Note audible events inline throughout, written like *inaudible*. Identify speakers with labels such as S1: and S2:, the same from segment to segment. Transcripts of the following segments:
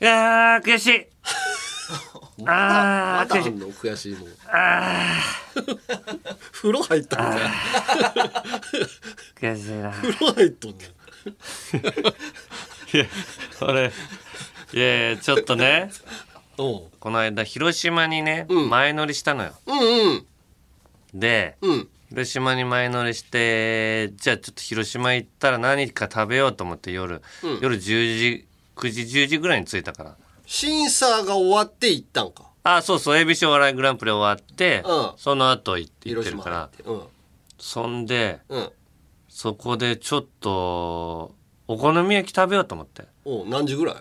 S1: いやー、悔し *laughs* い。
S2: ま
S1: あー、
S2: たあ
S1: 悔しい。
S2: んの悔しいもん
S1: あ
S2: 風呂入ったんかい
S1: ー、悔しいな。
S2: 風呂入っとんねん
S1: いや、俺、いやいや、ちょっとね、
S2: おう
S1: この間、広島にね、前乗りしたのよ。
S2: うんうん
S1: で、
S2: うん
S1: 広島に前乗りしてじゃあちょっと広島行ったら何か食べようと思って夜、夜10時9時10時ぐらいに着いたから
S2: 審査が終わって行ったんか
S1: あそうそう ABC お笑いグランプリ終わって、
S2: うん
S1: その後行って行っ
S2: 広
S1: てる
S2: 島
S1: から
S2: 入って
S1: そんで
S2: うんうん
S1: そこでちょっとお好み焼き食べようと思って
S2: おう何時ぐらい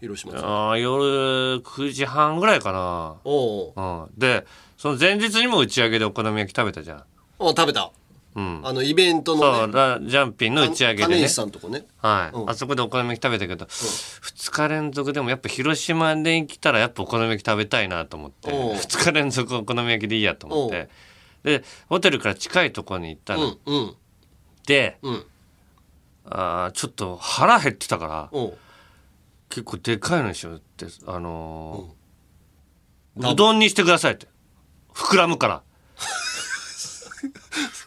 S2: 広島着
S1: あー夜9時半ぐらいか
S2: おう
S1: な、うん、でその前日にも打ち上げでお好み焼き食べたじゃん
S2: おう食べた
S1: うん
S2: あのイベントの
S1: そ
S2: ね
S1: うラジャンピンの打ち上げで
S2: 金
S1: ね
S2: 石さんとこね
S1: はい、
S2: うん
S1: あそこでお好み焼き食べたけど、2日連続でもやっぱ広島で来たらやっぱお好み焼き食べたいなと思って
S2: おう
S1: 2日連続お好み焼きでいいやと思ってでホテルから近いところに行った
S2: う
S1: の、
S2: んうん
S1: で
S2: うん
S1: あーちょっと腹減ってたから
S2: おう
S1: 結構でかいのにしようってあのー
S2: う
S1: うんどんにしてくださいって膨らむから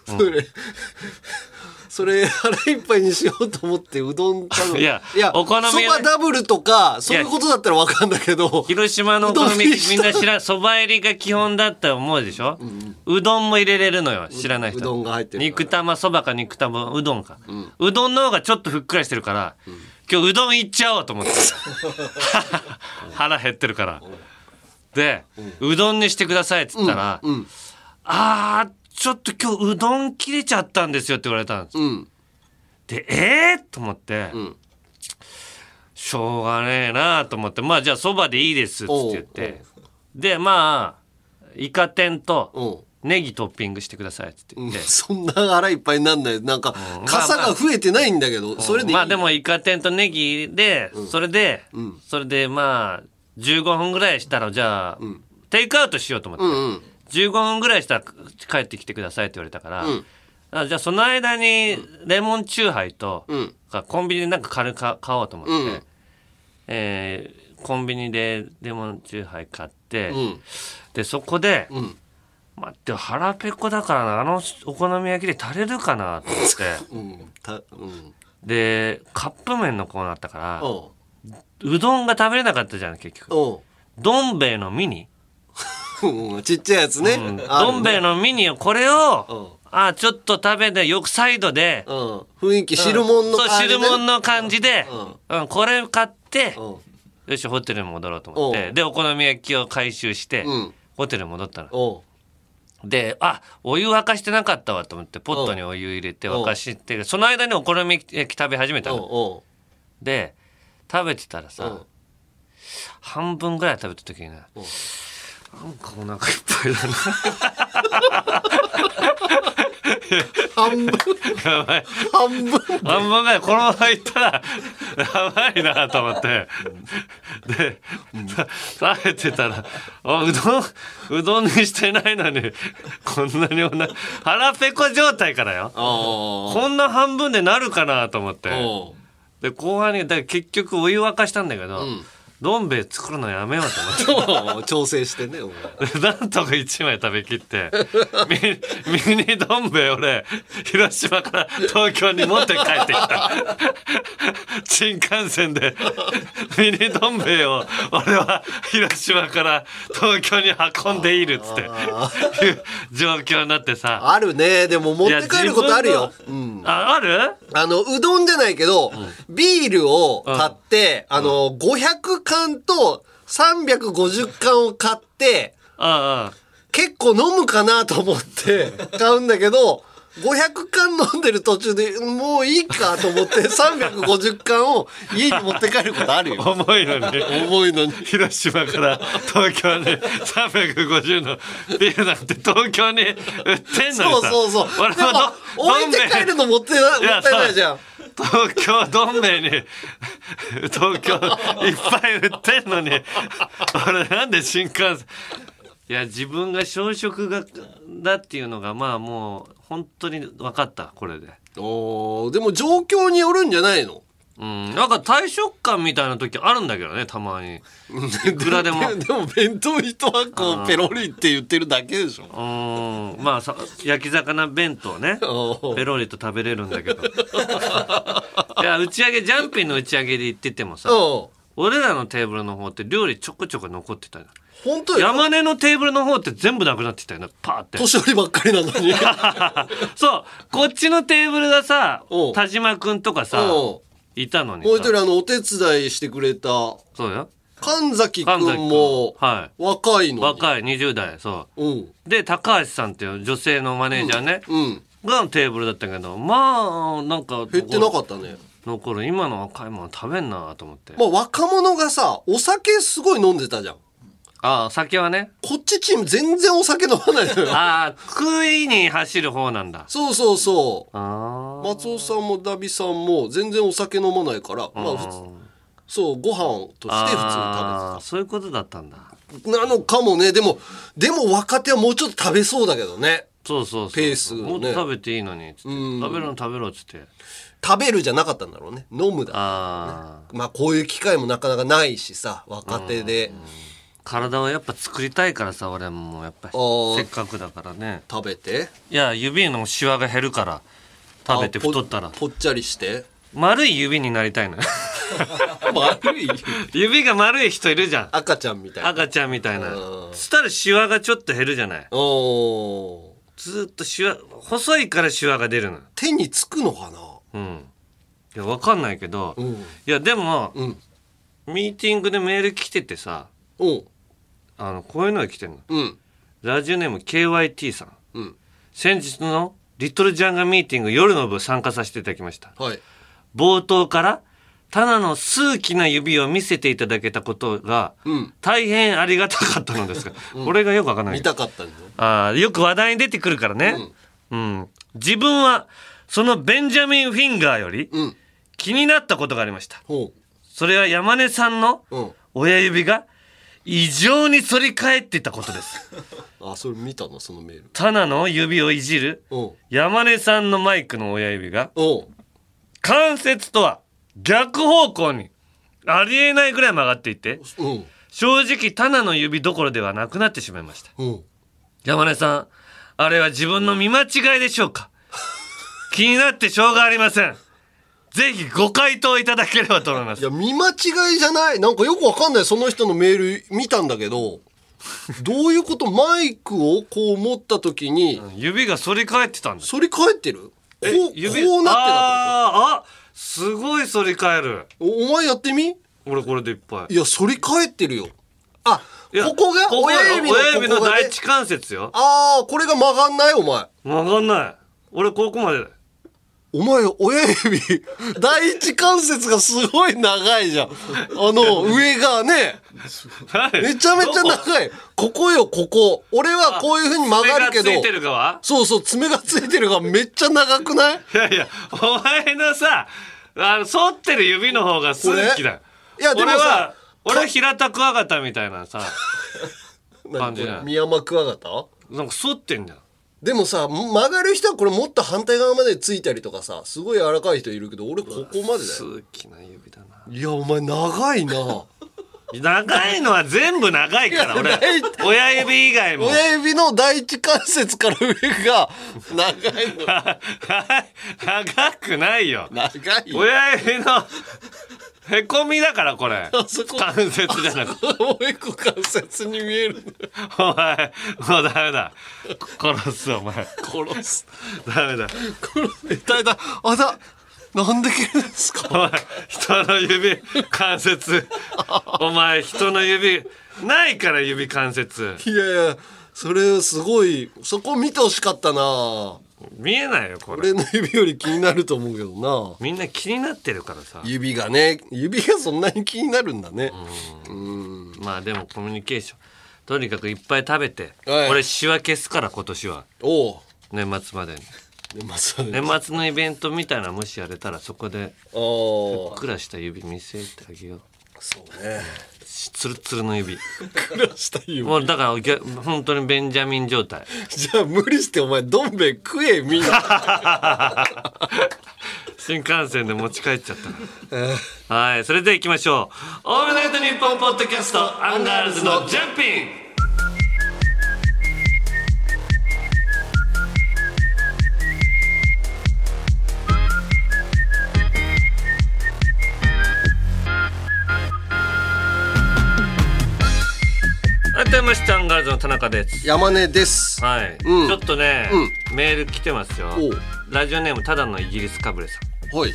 S2: それ *laughs* それ腹いっぱいにしようと思ってうどん頼む
S1: いやお好み
S2: そ
S1: はね
S2: ばダブルとかそういうことだったらわかんだけど
S1: 広島のお好み
S2: うどんに
S1: 焼き
S2: し
S1: み
S2: た
S1: んな知らんそば入りが基本だって思うでしょ、うどんも入れれるのよ知らない人
S2: うどんが入ってるから
S1: 肉玉そばか肉玉うどんか、うどんの方がちょっとふっくらしてるから、今日うどんいっちゃおうと思って
S2: *laughs*
S1: 腹減ってるから、で、うどんにしてくださいっつったら、
S2: うん
S1: あーちょっと今日うどん切れちゃったんですよって言われたんです、
S2: うん
S1: でえー、と思って、
S2: ん
S1: しょうがねえなと思ってまあじゃあそばでいいですっつって言ってでまあイカ天
S2: おう
S1: とネギトッピングしてくださいっつって言って、
S2: *laughs* そんな腹いっぱいになんないなんか傘が増えてないんだけどそれでいい
S1: まあでもイカ天とネギで、それで、それでまあ15分ぐらいしたらじゃあ、テイクアウトしようと思って、
S2: うんうん
S1: 15分ぐらいしたら帰ってきてくださいって言われたから、あじゃあその間にレモンチューハイと、
S2: ん
S1: かコンビニでなんか軽く買おうと思って、
S2: うん
S1: えーコンビニでレモンチューハイ買って、
S2: ん
S1: でそこで、
S2: ん
S1: 待って腹ペコだからなあのお好み焼きで足れるかな
S2: *laughs*
S1: と思って。
S2: うんたうん
S1: でカップ麺のコーナーあったから
S2: おう
S1: うどんが食べれなかったじゃん結局
S2: おう
S1: どん兵衛のミニ、
S2: うんちっちゃいやつね
S1: うん
S2: ある
S1: どん兵衛のミニをこれを
S2: う
S1: あちょっと食べてよくサイドで
S2: うん雰囲気汁物の
S1: そう
S2: 感じね
S1: 汁物の感じで、うん、これ買って
S2: うん
S1: よしホテルに戻ろうと思っ
S2: う
S1: て
S2: ん
S1: でお好み焼きを回収して、
S2: うん
S1: ホテルに戻ったの
S2: おう
S1: であお湯沸かしてなかったわと思ってポットにお湯入れて
S2: うん
S1: 沸かしてその間にお好み焼き食べ始めた
S2: おう
S1: の
S2: おう
S1: で食べてたらさ、
S2: うん
S1: 半分ぐらい食べた時にねなんかお腹いっぱいだな *laughs*
S2: 半分
S1: やばい
S2: 半分
S1: 半分ぐらいこのままいったらやばいなと思ってでさ食べてたらあうどんうどんにしてないのにこんなにおな腹ペコ状態からよ
S2: あ
S1: こんな半分でなるかなと思っ
S2: あ
S1: て
S2: おう
S1: で後半にだから結局お湯沸かしたんだけど、どん兵衛作るのやめようと思って。 *laughs*
S2: そう調整してねお前
S1: でなんとか1枚食べきって *laughs* ミミニどん兵衛俺広島から東京に持って帰ってきた *laughs* 新幹線でミニどん兵衛を俺は広島から東京に運んでいるっつって *laughs* いう状況になってさ
S2: あるねでも持って帰ることあるよ
S1: 自
S2: う
S1: 分の
S2: ん
S1: あある
S2: あのうどんじゃないけどビールを買ってあの500缶と350缶を買って
S1: あ
S2: 結構飲むかなと思って買うんだけど500缶飲んでる途中でもういいかと思って350缶を家に持って帰ることある
S1: あ
S2: よ
S1: あ重いのに
S2: 重いのに
S1: 広島から東京に350のビールなんて東京に売ってんのにさ
S2: そうそうそう
S1: 俺
S2: でも
S1: もど
S2: 置
S1: ど
S2: い
S1: ん兵衛
S2: て帰るのもってなも
S1: や
S2: ったいないじゃん
S1: 東京どん兵衛に東京いっぱい売ってんのに俺なんで新幹線いや自分が小食がだっていうのがまあもう本当に分かったこれで
S2: おーでも状況によるんじゃないの
S1: うん、なんか退職感みたいな時あるんだけどねたまにいくらでも
S2: *laughs* でも弁当一箱をペロリって言ってるだけでしょ
S1: うんまあさ焼き魚弁当ね
S2: おう
S1: ペロリと食べれるんだけど *laughs* いや打ち上げジャンピンの打ち上げで行っててもさ
S2: おう
S1: 俺らのテーブルの方って料理ちょこちょこ残ってたよ
S2: 本当よ
S1: 山根のテーブルの方って全部なくなってきたよなパーって
S2: 年寄りばっかりなのに
S1: そうこっちのテーブルがさ
S2: おう
S1: 田島君とかさ
S2: お
S1: いたのに
S2: うもう一
S1: さ
S2: 人あのお手伝いしてくれた
S1: そうよ
S2: 神崎
S1: 神
S2: 君
S1: 崎君
S2: も
S1: は
S2: 若いのに
S1: い若い20代そ
S2: うん
S1: うで高橋さんっていう女性のマネージャーね、
S2: うん
S1: がテーブルだったけどまあなんか
S2: 減ってなかったね
S1: 残る今の若いもの食べんなと思って、
S2: まあ若者がさお酒すごい飲んでたじゃん
S1: ああ酒はね
S2: こっちチーム全然お酒飲まないの
S1: *laughs*
S2: よ
S1: ああ食いに走る方なんだ
S2: そうそうそ
S1: ああ
S2: う松尾さんもダビさんも全然お酒飲まないからまあ普通そうご飯として普通に
S1: ああそういうことだったんだ
S2: 食べてたなのかもねでもでも若手はもうちょっと食べそうだけどね
S1: そうそうそう
S2: ペースをね
S1: もっと食べていいのにっつって
S2: うん
S1: 食べるの食べろっつって
S2: 食べるじゃなかったんだろうね飲むだ
S1: ああ
S2: まあこういう機会もなかなかないしさ若手で
S1: 体をやっぱ作りたいからさ俺もやっぱり
S2: あー
S1: せっかくだからね
S2: 食べて
S1: いや指のシワが減るから食べて
S2: あぽ
S1: 太ったら
S2: ぽっちゃりして *laughs*
S1: 丸い指になりたいのよ
S2: 悪い
S1: 指が丸い人いるじゃん
S2: 赤ちゃんみたいな
S1: 赤ちゃんみたいな
S2: う
S1: そ
S2: ん
S1: したらシワがちょっと減るじゃない
S2: おお
S1: ずーっとシワ細いからシワが出るの
S2: 手につくのか
S1: うんいやわかんないけど、
S2: なうん
S1: いやでも、
S2: うん
S1: ミーティングでメール来ててさ
S2: うん
S1: あのこういうのが来てんの
S2: うん
S1: ラジオネーム KYT さん
S2: うん
S1: 先日のリトルジャンガミーティング夜の部参加させていただきました
S2: はい
S1: 冒頭からタナの数奇な指を見せていただけたことが
S2: うん
S1: 大変ありがたかったのですが、俺がよくわかんない
S2: 見たかったんだよ
S1: あーよく話題に出てくるからね、うん自分はそのベンジャミン・フィンガーより
S2: うん
S1: 気になったことがありました
S2: ほ
S1: それは山根さんの
S2: ううん
S1: 親指が異常に反り返っていたことです。
S2: あそれ見たなそのメール
S1: タナの指をいじる
S2: うん
S1: 山根さんのマイクの親指が
S2: うん
S1: 関節とは逆方向にありえないぐらい曲がっていて
S2: うん
S1: 正直タナの指どころではなくなってしまいました。
S2: うん
S1: 山根さん、あれは自分の見間違いでしょうか気になってしょうがありません。ぜひご回答いただければと思いま
S2: い
S1: す。
S2: や見間違いじゃないなんかよくわかんないその人のメール見たんだけどどういうことマイクをこう持った時に
S1: 指が反り返ってたんです。
S2: 反り返ってるこうこうなってたって
S1: あーあ、すごい反り返る。
S2: ことおお前やってみ
S1: 俺これでいっぱい。
S2: いや反り返ってるよあ
S1: いや
S2: ここが
S1: ここ
S2: 親指の
S1: 親指の
S2: ここがね
S1: 第一関節よ。
S2: ああこれが曲がんないお前
S1: 曲がんない。俺ここまで。
S2: お前親指第一関節がすごい長いじゃんあの上がね *laughs* めちゃめちゃ長いここよここ俺はこういう風に曲がるけど
S1: 爪がついてるかは
S2: そうそう爪がついてるがめっちゃ長くない
S1: いやいや、お前のさ、あの、反ってる指の方が数奇だよ。
S2: いやでも
S1: 俺は
S2: さ、
S1: 俺は平田クワガタみたいなさ、感じない
S2: 何これミヤマクワガタ
S1: なんか反ってんじゃん。
S2: でもさ曲がる人はこれもっと反対側までついたりとかさすごい柔らかい人いるけど俺ここまでだよ
S1: 数奇な指だな。
S2: いやお前
S1: *laughs*
S2: 長いな
S1: 長いのは全部長いから、俺
S2: いやない。
S1: 親指以外も。
S2: 親指の第一関節から上が長い
S1: *laughs*
S2: の
S1: 長くないよ。
S2: 長いよ
S1: 親指の、へこみだから、これ。
S2: あそこ
S1: 関節じゃ
S2: *laughs*
S1: なくて。
S2: もう一個関節に見える
S1: お前、もうダメだ。殺す、お前。
S2: 殺す
S1: ダメだ。
S2: 殺す痛いだあだなんで切るんです
S1: お
S2: か
S1: 前、人の指、関節。お前、人の指、ないから指関節。
S2: いやいやそれすごいそこ見てほしかったな
S1: 見えないよ、これ。
S2: 俺の指より気になると思うけど
S1: みんな気になってるからさ
S2: な。指がね指がそんなに気になるんだね
S1: まあでもコミュニケーション。とにかくいっぱい食べて。
S2: はい
S1: 俺、シワ消すから、今年は。
S2: おお
S1: 年末までに。
S2: 年末だね
S1: 年末のイベントみたいなのもしやれたら、そこで、
S2: あー
S1: くらした指見せてあげよう。
S2: そうね
S1: しツルツルの指。
S2: 暮らしたいよ
S1: もうだからぎゃ、本当にベンジャミン状態。
S2: じゃあ無理してお前どん兵衛食えみんな
S1: 新幹線で持ち帰っちゃったなはいそれでは行きましょう「オールナイトニッポン」ポッドキャストアンガールズのジャンピン改めましてアンガールズの田中です
S2: 山根です。
S1: はい、
S2: うん
S1: ちょっとね、
S2: う
S1: メール来てますよ
S2: おう
S1: ラジオネームただのイギリスかぶれさん
S2: はい。
S1: エ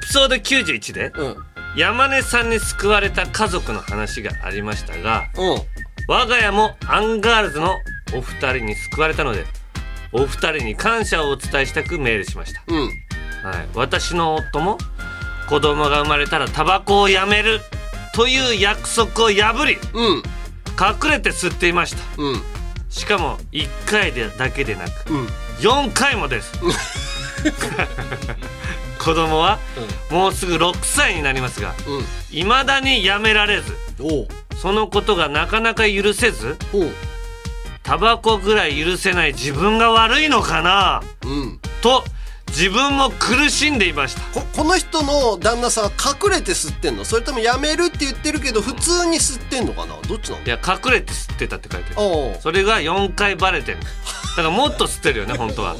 S1: ピソード91で
S2: うん。うん。
S1: 山根さんに救われた家族の話がありましたが我が家もアンガールズのお二人に救われたのでお二人に感謝をお伝えしたくメールしました、
S2: う
S1: は
S2: ん。
S1: い、私の夫も子供が生まれたらタバコをやめるという約束を破り
S2: うん。
S1: 隠れて吸っていました
S2: うん。
S1: しかも1回でだけでなく
S2: うん。
S1: 4回もです子供はもうすぐ6歳になりますが
S2: うん。
S1: 未だにやめられず
S2: おう。
S1: そのことがなかなか許せず
S2: おう。
S1: タバコぐらい許せない自分が悪いのかな
S2: うん。
S1: と自分も苦しんでいました
S2: ここの人の旦那さんは隠れて吸ってんのそれともやめるって言ってるけど普通に吸ってんのかなどっちなの
S1: いや隠れて吸ってたって書いて
S2: あ
S1: る
S2: あ
S1: それが4回バレてるだからもっと吸ってるよね本当は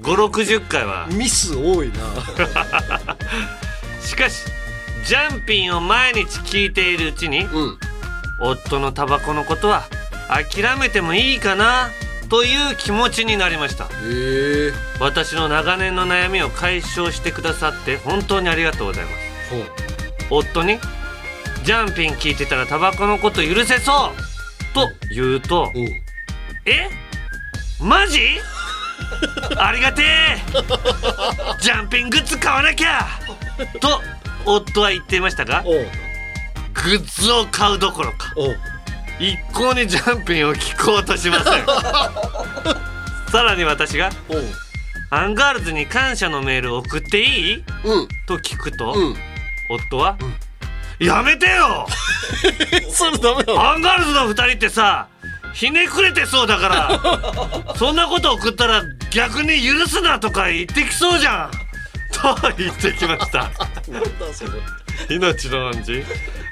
S1: 560回は
S2: ミス多いな
S1: しかしジャンピンを毎日聞いているうちに
S2: うん
S1: 夫のタバコのことは諦めてもいいかなという気持ちになりました
S2: へえ
S1: 私の長年の悩みを解消してくださって本当にありがとうございます夫に「ジャンピン聞いてたらタバコのこと許せそう!」と言うと
S2: うん
S1: 「えマジありがてえジャンピングッズ買わなきゃ!」と夫は言っていましたが
S2: おう
S1: グッズを買うどころか
S2: おう
S1: 一向にジャンピンを聞こうとしませんさらに私が
S2: おう
S1: 「アンガールズに感謝のメールを送っていい?
S2: うん」
S1: と聞くと、
S2: うん
S1: 夫は、やめて
S2: *laughs*
S1: よ
S2: それダメなの
S1: アンガールズの二人ってさひねくれてそうだ
S2: *laughs*
S1: からそんなこと送ったら逆に許すなとか言ってきそうじゃんと言ってきま
S2: *laughs*
S1: した
S2: なんだそれ
S1: 命の恩人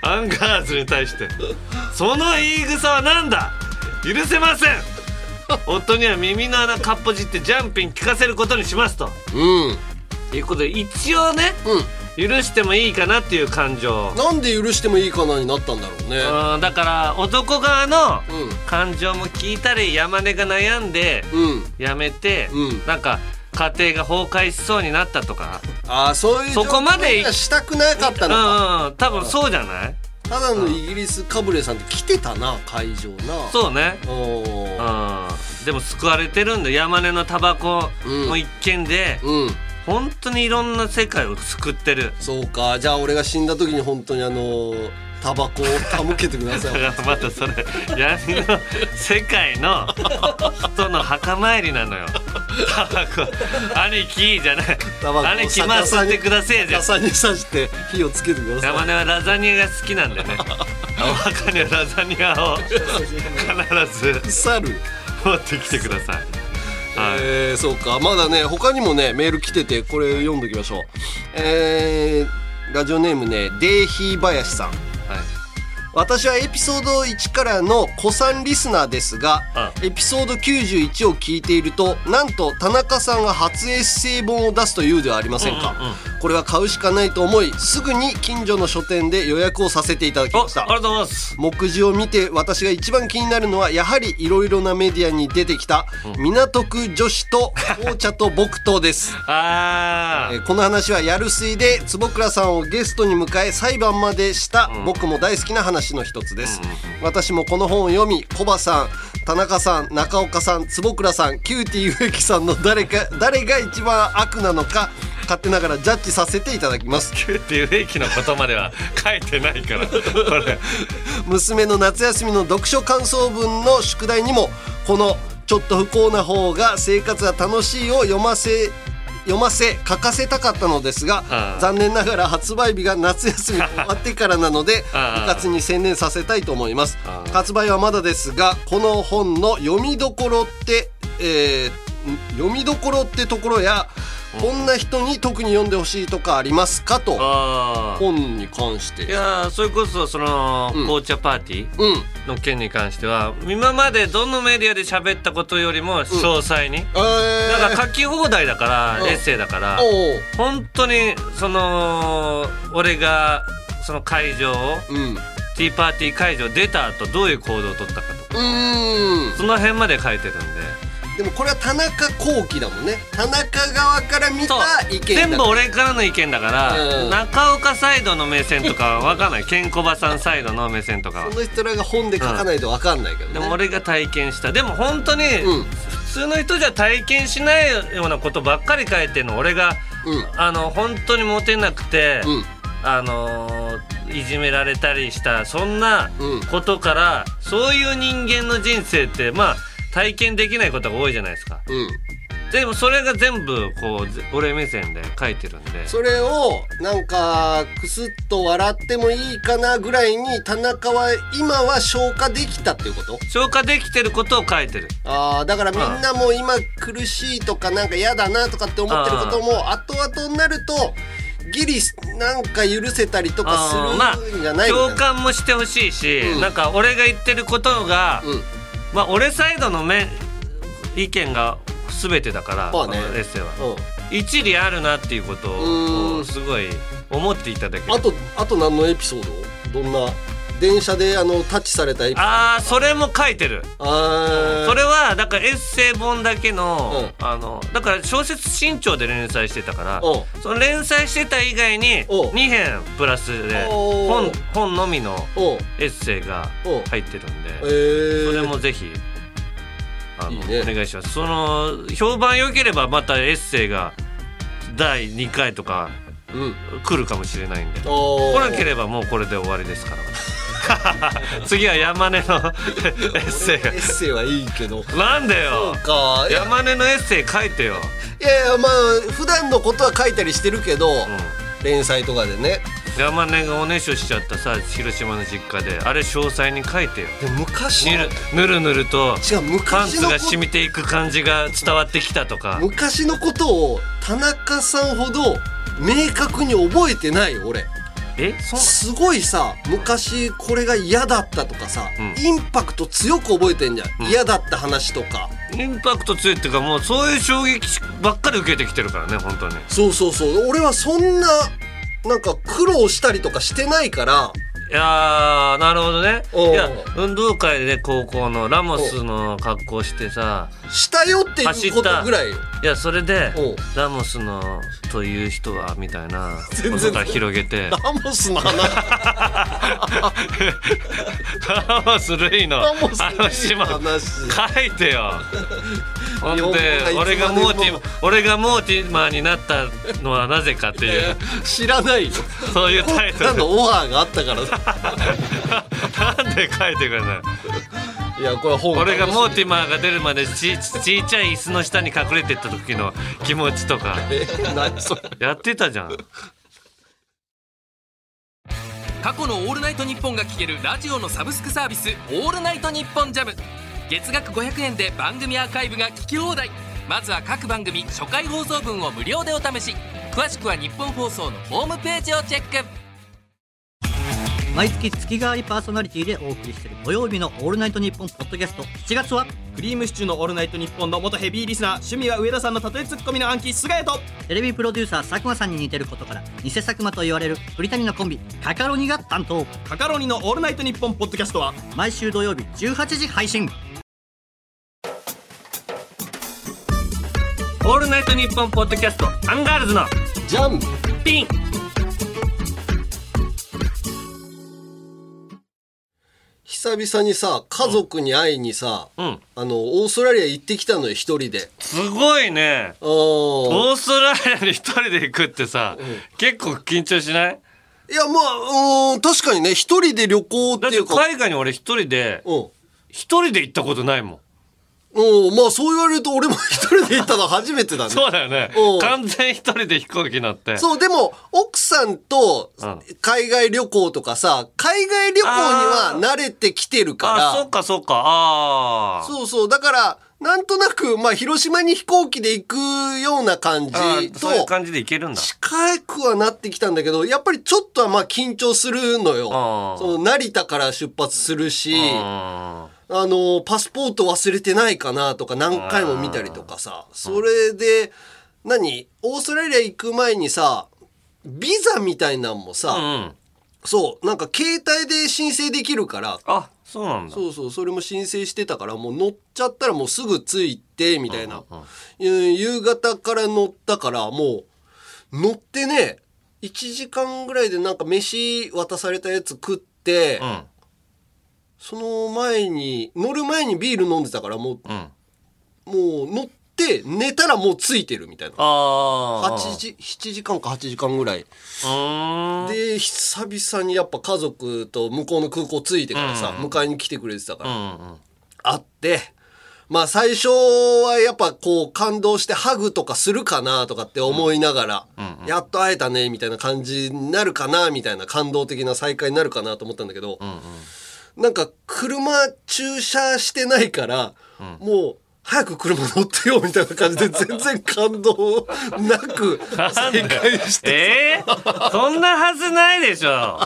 S1: アンガールズに対してその言い草は何だ許せません夫には耳の穴かっぽじってジャンピン聞かせることにしますと
S2: うん
S1: いうことで一応ね
S2: う
S1: 許してもいいかなっていう感情
S2: んなんで許してもいいかなになったんだろうね
S1: うんだから男側の
S2: うん
S1: 感情も聞いたり山根が悩んで
S2: うん
S1: やめて、
S2: うん
S1: なんか家庭が崩壊しそうになったとか
S2: ああそういう
S1: そこまで
S2: 状況にはしたくなかったのか
S1: うんうん、多分そうじゃない
S2: ただのイギリスかぶれさんって来てたな会場な
S1: そうねう
S2: おう
S1: んでも救われてるんだ山根のタバコの一件で、
S2: うん
S1: 本当にいろんな世界を救ってる
S2: そうかじゃあ俺が死んだ時に本当にあのータバコを手向けてくだ
S1: *laughs* だ
S2: さ
S1: か
S2: い
S1: らまたそ
S2: *laughs*
S1: れ闇の世界の人の墓参りなのよタバ
S2: *laughs*
S1: コ兄貴じゃない
S2: タバコを
S1: 兄貴まあ吸ってくだせえじゃん
S2: 野菜に刺して火をつけてください
S1: 山根はラザニアが好きなんだよねお墓にはラザニアを必ず
S2: *laughs* 猿、
S1: 持ってきてくださいはい、
S2: えー、そうかまだね他にもねメール来ててこれ読んどきましょうえー、ラジオネームねデーヒーバヤシさん
S1: はい、
S2: 私はエピソード1からの子さんリスナーですが、エピソード91を聞いているとなんと田中さんが初エッセイ本を出すというではありませんか、
S1: うんうんうん
S2: これは買うしかないと思いすぐに近所の書店で予約をさせていただき
S1: おあ
S2: ま
S1: り
S2: した
S1: がとうございます
S2: 目次を見て私が一番気になるのはやはりいろいろなメディアに出てきた港区女子と紅茶と木刀です
S1: *laughs* あー
S2: えーこの話はやるすいで坪倉さんをゲストに迎え裁判までした僕も大好きな話の一つです、私もこの本を読みコバさん田中さん中岡さん坪倉さんキューティー植木さんの誰か誰が一番悪なのか勝手ながらジャッジさせていただきます
S1: キューっていう駅のことまでは書いてないからこれ
S2: 娘の夏休みの読書感想文の宿題にもこの「ちょっと不幸な方が生活は楽しい」を読ませ読ませ書かせたかったのです
S1: あ
S2: が
S1: あ
S2: 残念ながら発売日が夏
S1: *laughs*
S2: 休みが終わってからなので
S1: ああ
S2: 部活に専念させたいと思います
S1: ああ
S2: 発売はまだですがこの本の読みどころって、えーん読みどころってところやこんな人に特に読んでほしいとかありますか
S1: *laughs*
S2: と
S1: ああ
S2: 本に関して
S1: いやーそれこそその、
S2: うん
S1: 紅茶パーティー
S2: うん
S1: の件に関しては今までどのメディアで喋ったことよりも詳細に、
S2: えー
S1: だから書き放題だから、
S2: うん
S1: エッセイだから
S2: おう
S1: 本当にその俺がその会場を
S2: うんう
S1: ティーパーティー会場出た後どういう行動を取ったかとか
S2: ーん
S1: その辺まで書いてるんで。
S2: でもこれは田中幸喜だもんね田中側から見た意見だ
S1: 全部俺からの意見だから、
S2: うん
S1: 中岡サイドの目線とかわかんないケンコバさんサイドの目線とかは
S2: その人らが本で書かないと分かんないけどね、
S1: でも俺が体験したでも本当に
S2: うん
S1: 普通の人じゃ体験しないようなことばっかり書いてるの俺が
S2: うん
S1: あの本当にモテなくて、
S2: うん
S1: あのいじめられたりしたそんな
S2: うん
S1: ことからそういう人間の人生ってまあ体験できないことが多いじゃないですか
S2: うん
S1: でもそれが全部こうぜ俺目線で書いてるんで
S2: それをなんかクスッと笑ってもいいかなぐらいに田中は今は消化できたっていうこと
S1: 消化できてることを書いてる
S2: あーだからみんなもう今苦しいとかなんか嫌だなとかって思ってることも後々になるとギリなんか許せたりとか
S1: あーまあ
S2: するんじゃない
S1: 共感もしてほしいし、
S2: うん
S1: なんか俺が言ってることが、
S2: うん
S1: まあ俺サイドの面意見が全てだから、
S2: まあね
S1: このエッセイは
S2: うん
S1: 一理あるなっていうこと
S2: うん
S1: をこうすごい思っていただける
S2: あとあと何のエピソードどんな電車であのタッチされたエピソード
S1: あーそれも書いてる
S2: あー
S1: それはだからエッセイ本だけの,、
S2: う
S1: あのだから小説「新潮」で連載してたから、
S2: うん
S1: その連載してた以外に
S2: お
S1: 2編プラスで
S2: お
S1: 本本のみの
S2: おう
S1: エッセイが
S2: おう
S1: 入ってるんで。
S2: えー、
S1: それもぜひあの
S2: いいね
S1: お願いしますその評判良ければまたエッセイが第2回とか
S2: うん
S1: 来るかもしれないんで
S2: お
S1: 来なけ
S2: れ
S1: ればもうこれで終わりですから *laughs* 次は山根の *laughs* エッセイ
S2: エッセイはいいけど
S1: がなんだ
S2: そ
S1: よ
S2: うかいや
S1: 山根のエッセイ書いてよ、
S2: いやいやまあ普段のことは書いたりしてるけど、
S1: う
S2: 連載とかでね
S1: ん、山根がおねしょしちゃったさ広島の実家であれ詳細に書いてよ
S2: で昔
S1: ぬ
S2: の
S1: るぬるぬると
S2: 違う
S1: パン
S2: 昔
S1: ツ
S2: の
S1: が
S2: こ
S1: 染みていく感じが伝わってきたとか
S2: 昔のことを田中さんほど明確に覚えてない俺
S1: えそん
S2: すごいさ昔これが嫌だったとかさ、
S1: うん
S2: インパクト強く覚えてんじゃん、
S1: うん
S2: 嫌だった話とか
S1: インパクト強いっていうかもうそういう衝撃ばっかり受けてきてるからね本当に
S2: そうそうそう俺はそんななんか苦労したりとかしてないから
S1: いやーなるほどね
S2: おう
S1: いや運動会で高校のラモスの格好してさ
S2: したよっていうことぐらいよ
S1: いやそれで
S2: おう
S1: ラモスのという人はみたいな
S2: 全然
S1: ことから広げて
S2: ラモスの話
S1: *laughs* ラモスルイの
S2: ラ
S1: あ
S2: モス
S1: の島
S2: の話
S1: 書いてよほんで
S2: 日本がいつまでも
S1: 俺がモーティ俺がモーティマーになったのはなぜかっていう
S2: 知らないよ
S1: そういうタイト
S2: なん
S1: ル
S2: のオファーがあったからだ
S1: なんで書いてくれない
S2: いやこれ本
S1: 俺がモー
S2: ィ
S1: ティマーが出るまでちちちっちゃい椅子の下に隠れてった時の気持ちとか
S2: え何それ
S1: やってたじゃん
S3: 過去の「オールナイトニッポン」が聴けるラジオのサブスクサービス「オールナイトニッポンジャム月額500円で番組アーカイブが聞き放題まずは各番組初回放送分を無料でお試し詳しくは日本放送のホームページをチェック
S4: 毎月月替わりパーソナリティでお送りしている土曜日の「オールナイトニッポン」ポッドキャスト7月は
S5: クリームシチューのオールナイトニッポンの元ヘビーリスナー趣味は上田さんのたとえツッコミの暗記菅谷と
S4: テレビプロデューサー佐久間さんに似てることから偽佐久間と言われる鳥谷のコンビカカロニが担当
S5: カカロニのオールナイトニッポンポッドキャストは
S4: 毎週土曜日18時配信
S1: 「オールナイトニッポン」ポッドキャストアンガールズの
S2: ジャン
S1: ピン
S2: 久々にさ家族に会いにさ、
S1: うん
S2: あのオーストラリア行ってきたのよ一人です
S1: ごいね
S2: うん
S1: オーストラリアに一人で行くってさ、結構緊張しない
S2: いやまあうん確かにね一人で旅行って
S1: だっ
S2: い
S1: て
S2: うか
S1: 海外に俺一人で
S2: うん
S1: 一人で行ったことないもん
S2: うん、まあそう言われると俺も一人で行ったの初めてだね。
S1: そうだよね
S2: うん
S1: 完全一人で飛行機乗って
S2: そう、でも奥さんと
S1: うん
S2: 海外旅行とかさ、海外旅行には慣れてきてる
S1: あ
S2: か
S1: そっかそっかああ
S2: ら、そうそう、だからなんとなく、まあ、広島に飛行機で行くような感じ
S1: あーそういう
S2: と、
S1: 感じでいけるんだ。
S2: 近くはなってきたんだけど、やっぱりちょっとはまあ緊張するのよ。
S1: あー
S2: その成田から出発するし、
S1: あ
S2: あの、パスポート忘れてないかなとか何回も見たりとかさ、それで、何オーストラリア行く前にさ、ビザみたいなんもさ、
S1: ーうん。
S2: そう、なんか携帯で申請できるから、
S1: あ、そうなんだ。
S2: そうそう、それも申請してたから、もう乗っちゃったらもうすぐ着いて、みたいな。うん夕方から乗ったから、もう、乗ってね、1時間ぐらいでなんか飯渡されたやつ食って、
S1: うん。
S2: その前に、乗る前にビール飲んでたから、もう、
S1: うん。あ
S2: もう乗って寝たらもう着いてるみたいな。
S1: あ。
S2: 8。時、7時間か8時間ぐらい。
S1: うーん。
S2: で、久々にやっぱ家族と向こうの空港着いてからさ、
S1: うん
S2: 迎えに来てくれてたから、
S1: うんうん。
S2: 会って、まあ最初はやっぱこう感動してハグとかするかなとかって思いながら、やっと会えたねみたいな感じになるかなみたいな感動的な再会になるかなと思ったんだけど、なんか車駐車してないから、もう早く車乗ってよみたいな感じで全然感動
S1: *laughs*
S2: なく再会して
S1: えー、そんなはずないでしょ。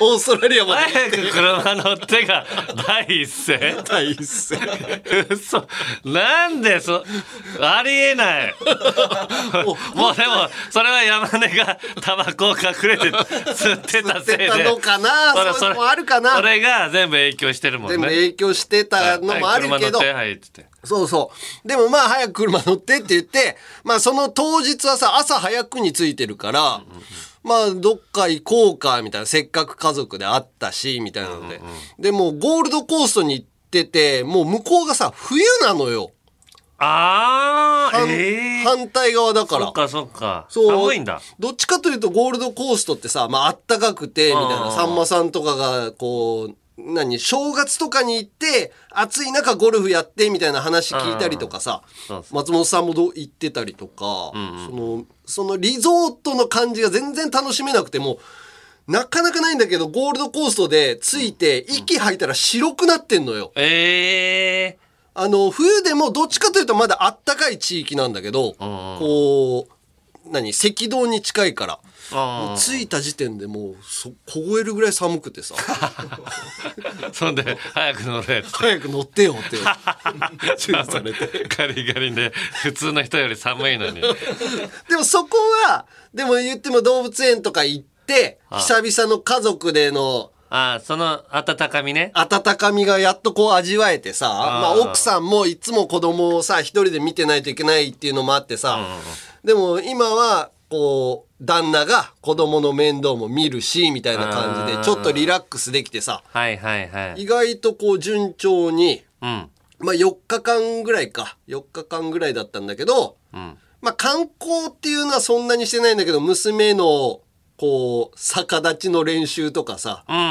S2: オーストラリアまで
S1: 早く車乗ってが第一声。
S2: 第
S1: *laughs*
S2: 一声
S1: 嘘なんでそありえないもうでもそれは山根がタバコを隠れて吸ってたせいで
S2: 吸ってたのかな
S1: それ
S2: そういうのもあるかな
S1: それが全部影響してるもんね
S2: 全部影響してたのもあるけど、
S1: はい車乗ってはいっつって
S2: そうそう。でもまあ早く車乗ってって言って、まあその当日はさ、朝早くに着いてるから、まあどっか行こうか、みたいな。せっかく家族で会ったし、みたいなので。で、もうゴールドコーストに行ってて、もう向こうがさ、冬なのよ。
S1: ああ
S2: 反
S1: ええー、
S2: 反対側だから
S1: そっ。かそっか
S2: そう
S1: 寒いんだ
S2: どっちかというとゴールドコーストってさ、まあ、あったかくてみたい
S1: あ
S2: な
S1: ー
S2: さんまさんとかがこう何正月とかに行って暑い中ゴルフやってみたいな話聞いたりとかさ
S1: そうそう
S2: 松本さんもどう行ってたりとか、そのそのリゾートの感じが全然楽しめなくてもうなかなかないんだけどゴールドコーストで着いて息吐いたら白くなってんのよ。
S1: ええ
S2: あの、冬でもどっちかというとまだあったかい地域なんだけど、こう、何、赤道に近いから。
S1: ー、あ
S2: もう
S1: ー
S2: 着いた時点でもうそ凍えるぐらい寒くてさ *laughs*
S1: そんで早く乗れっつって
S2: 早く乗ってよって注意されて
S1: ガリガリで普通の人より寒いのに
S2: でもそこはでも言っても動物園とか行って久々の家族での
S1: ああその温かみね
S2: 温かみがやっとこう味わえてさまあ、奥さんもいつも子供をさ一人で見てないといけないっていうのもあってさ、でも今はこう旦那が子供の面倒も見るしみたいな感じ
S1: う
S2: で
S1: ん
S2: ちょっとリラックスできてさ
S1: はいはいはい
S2: 意外とこう順調に
S1: うん
S2: まあ、4日間ぐらいか4日間ぐらいだったんだけど、
S1: うん
S2: まあ、観光っていうのはそんなにしてないんだけど娘のこう逆立ちの練習とかさ
S1: うんうんうん。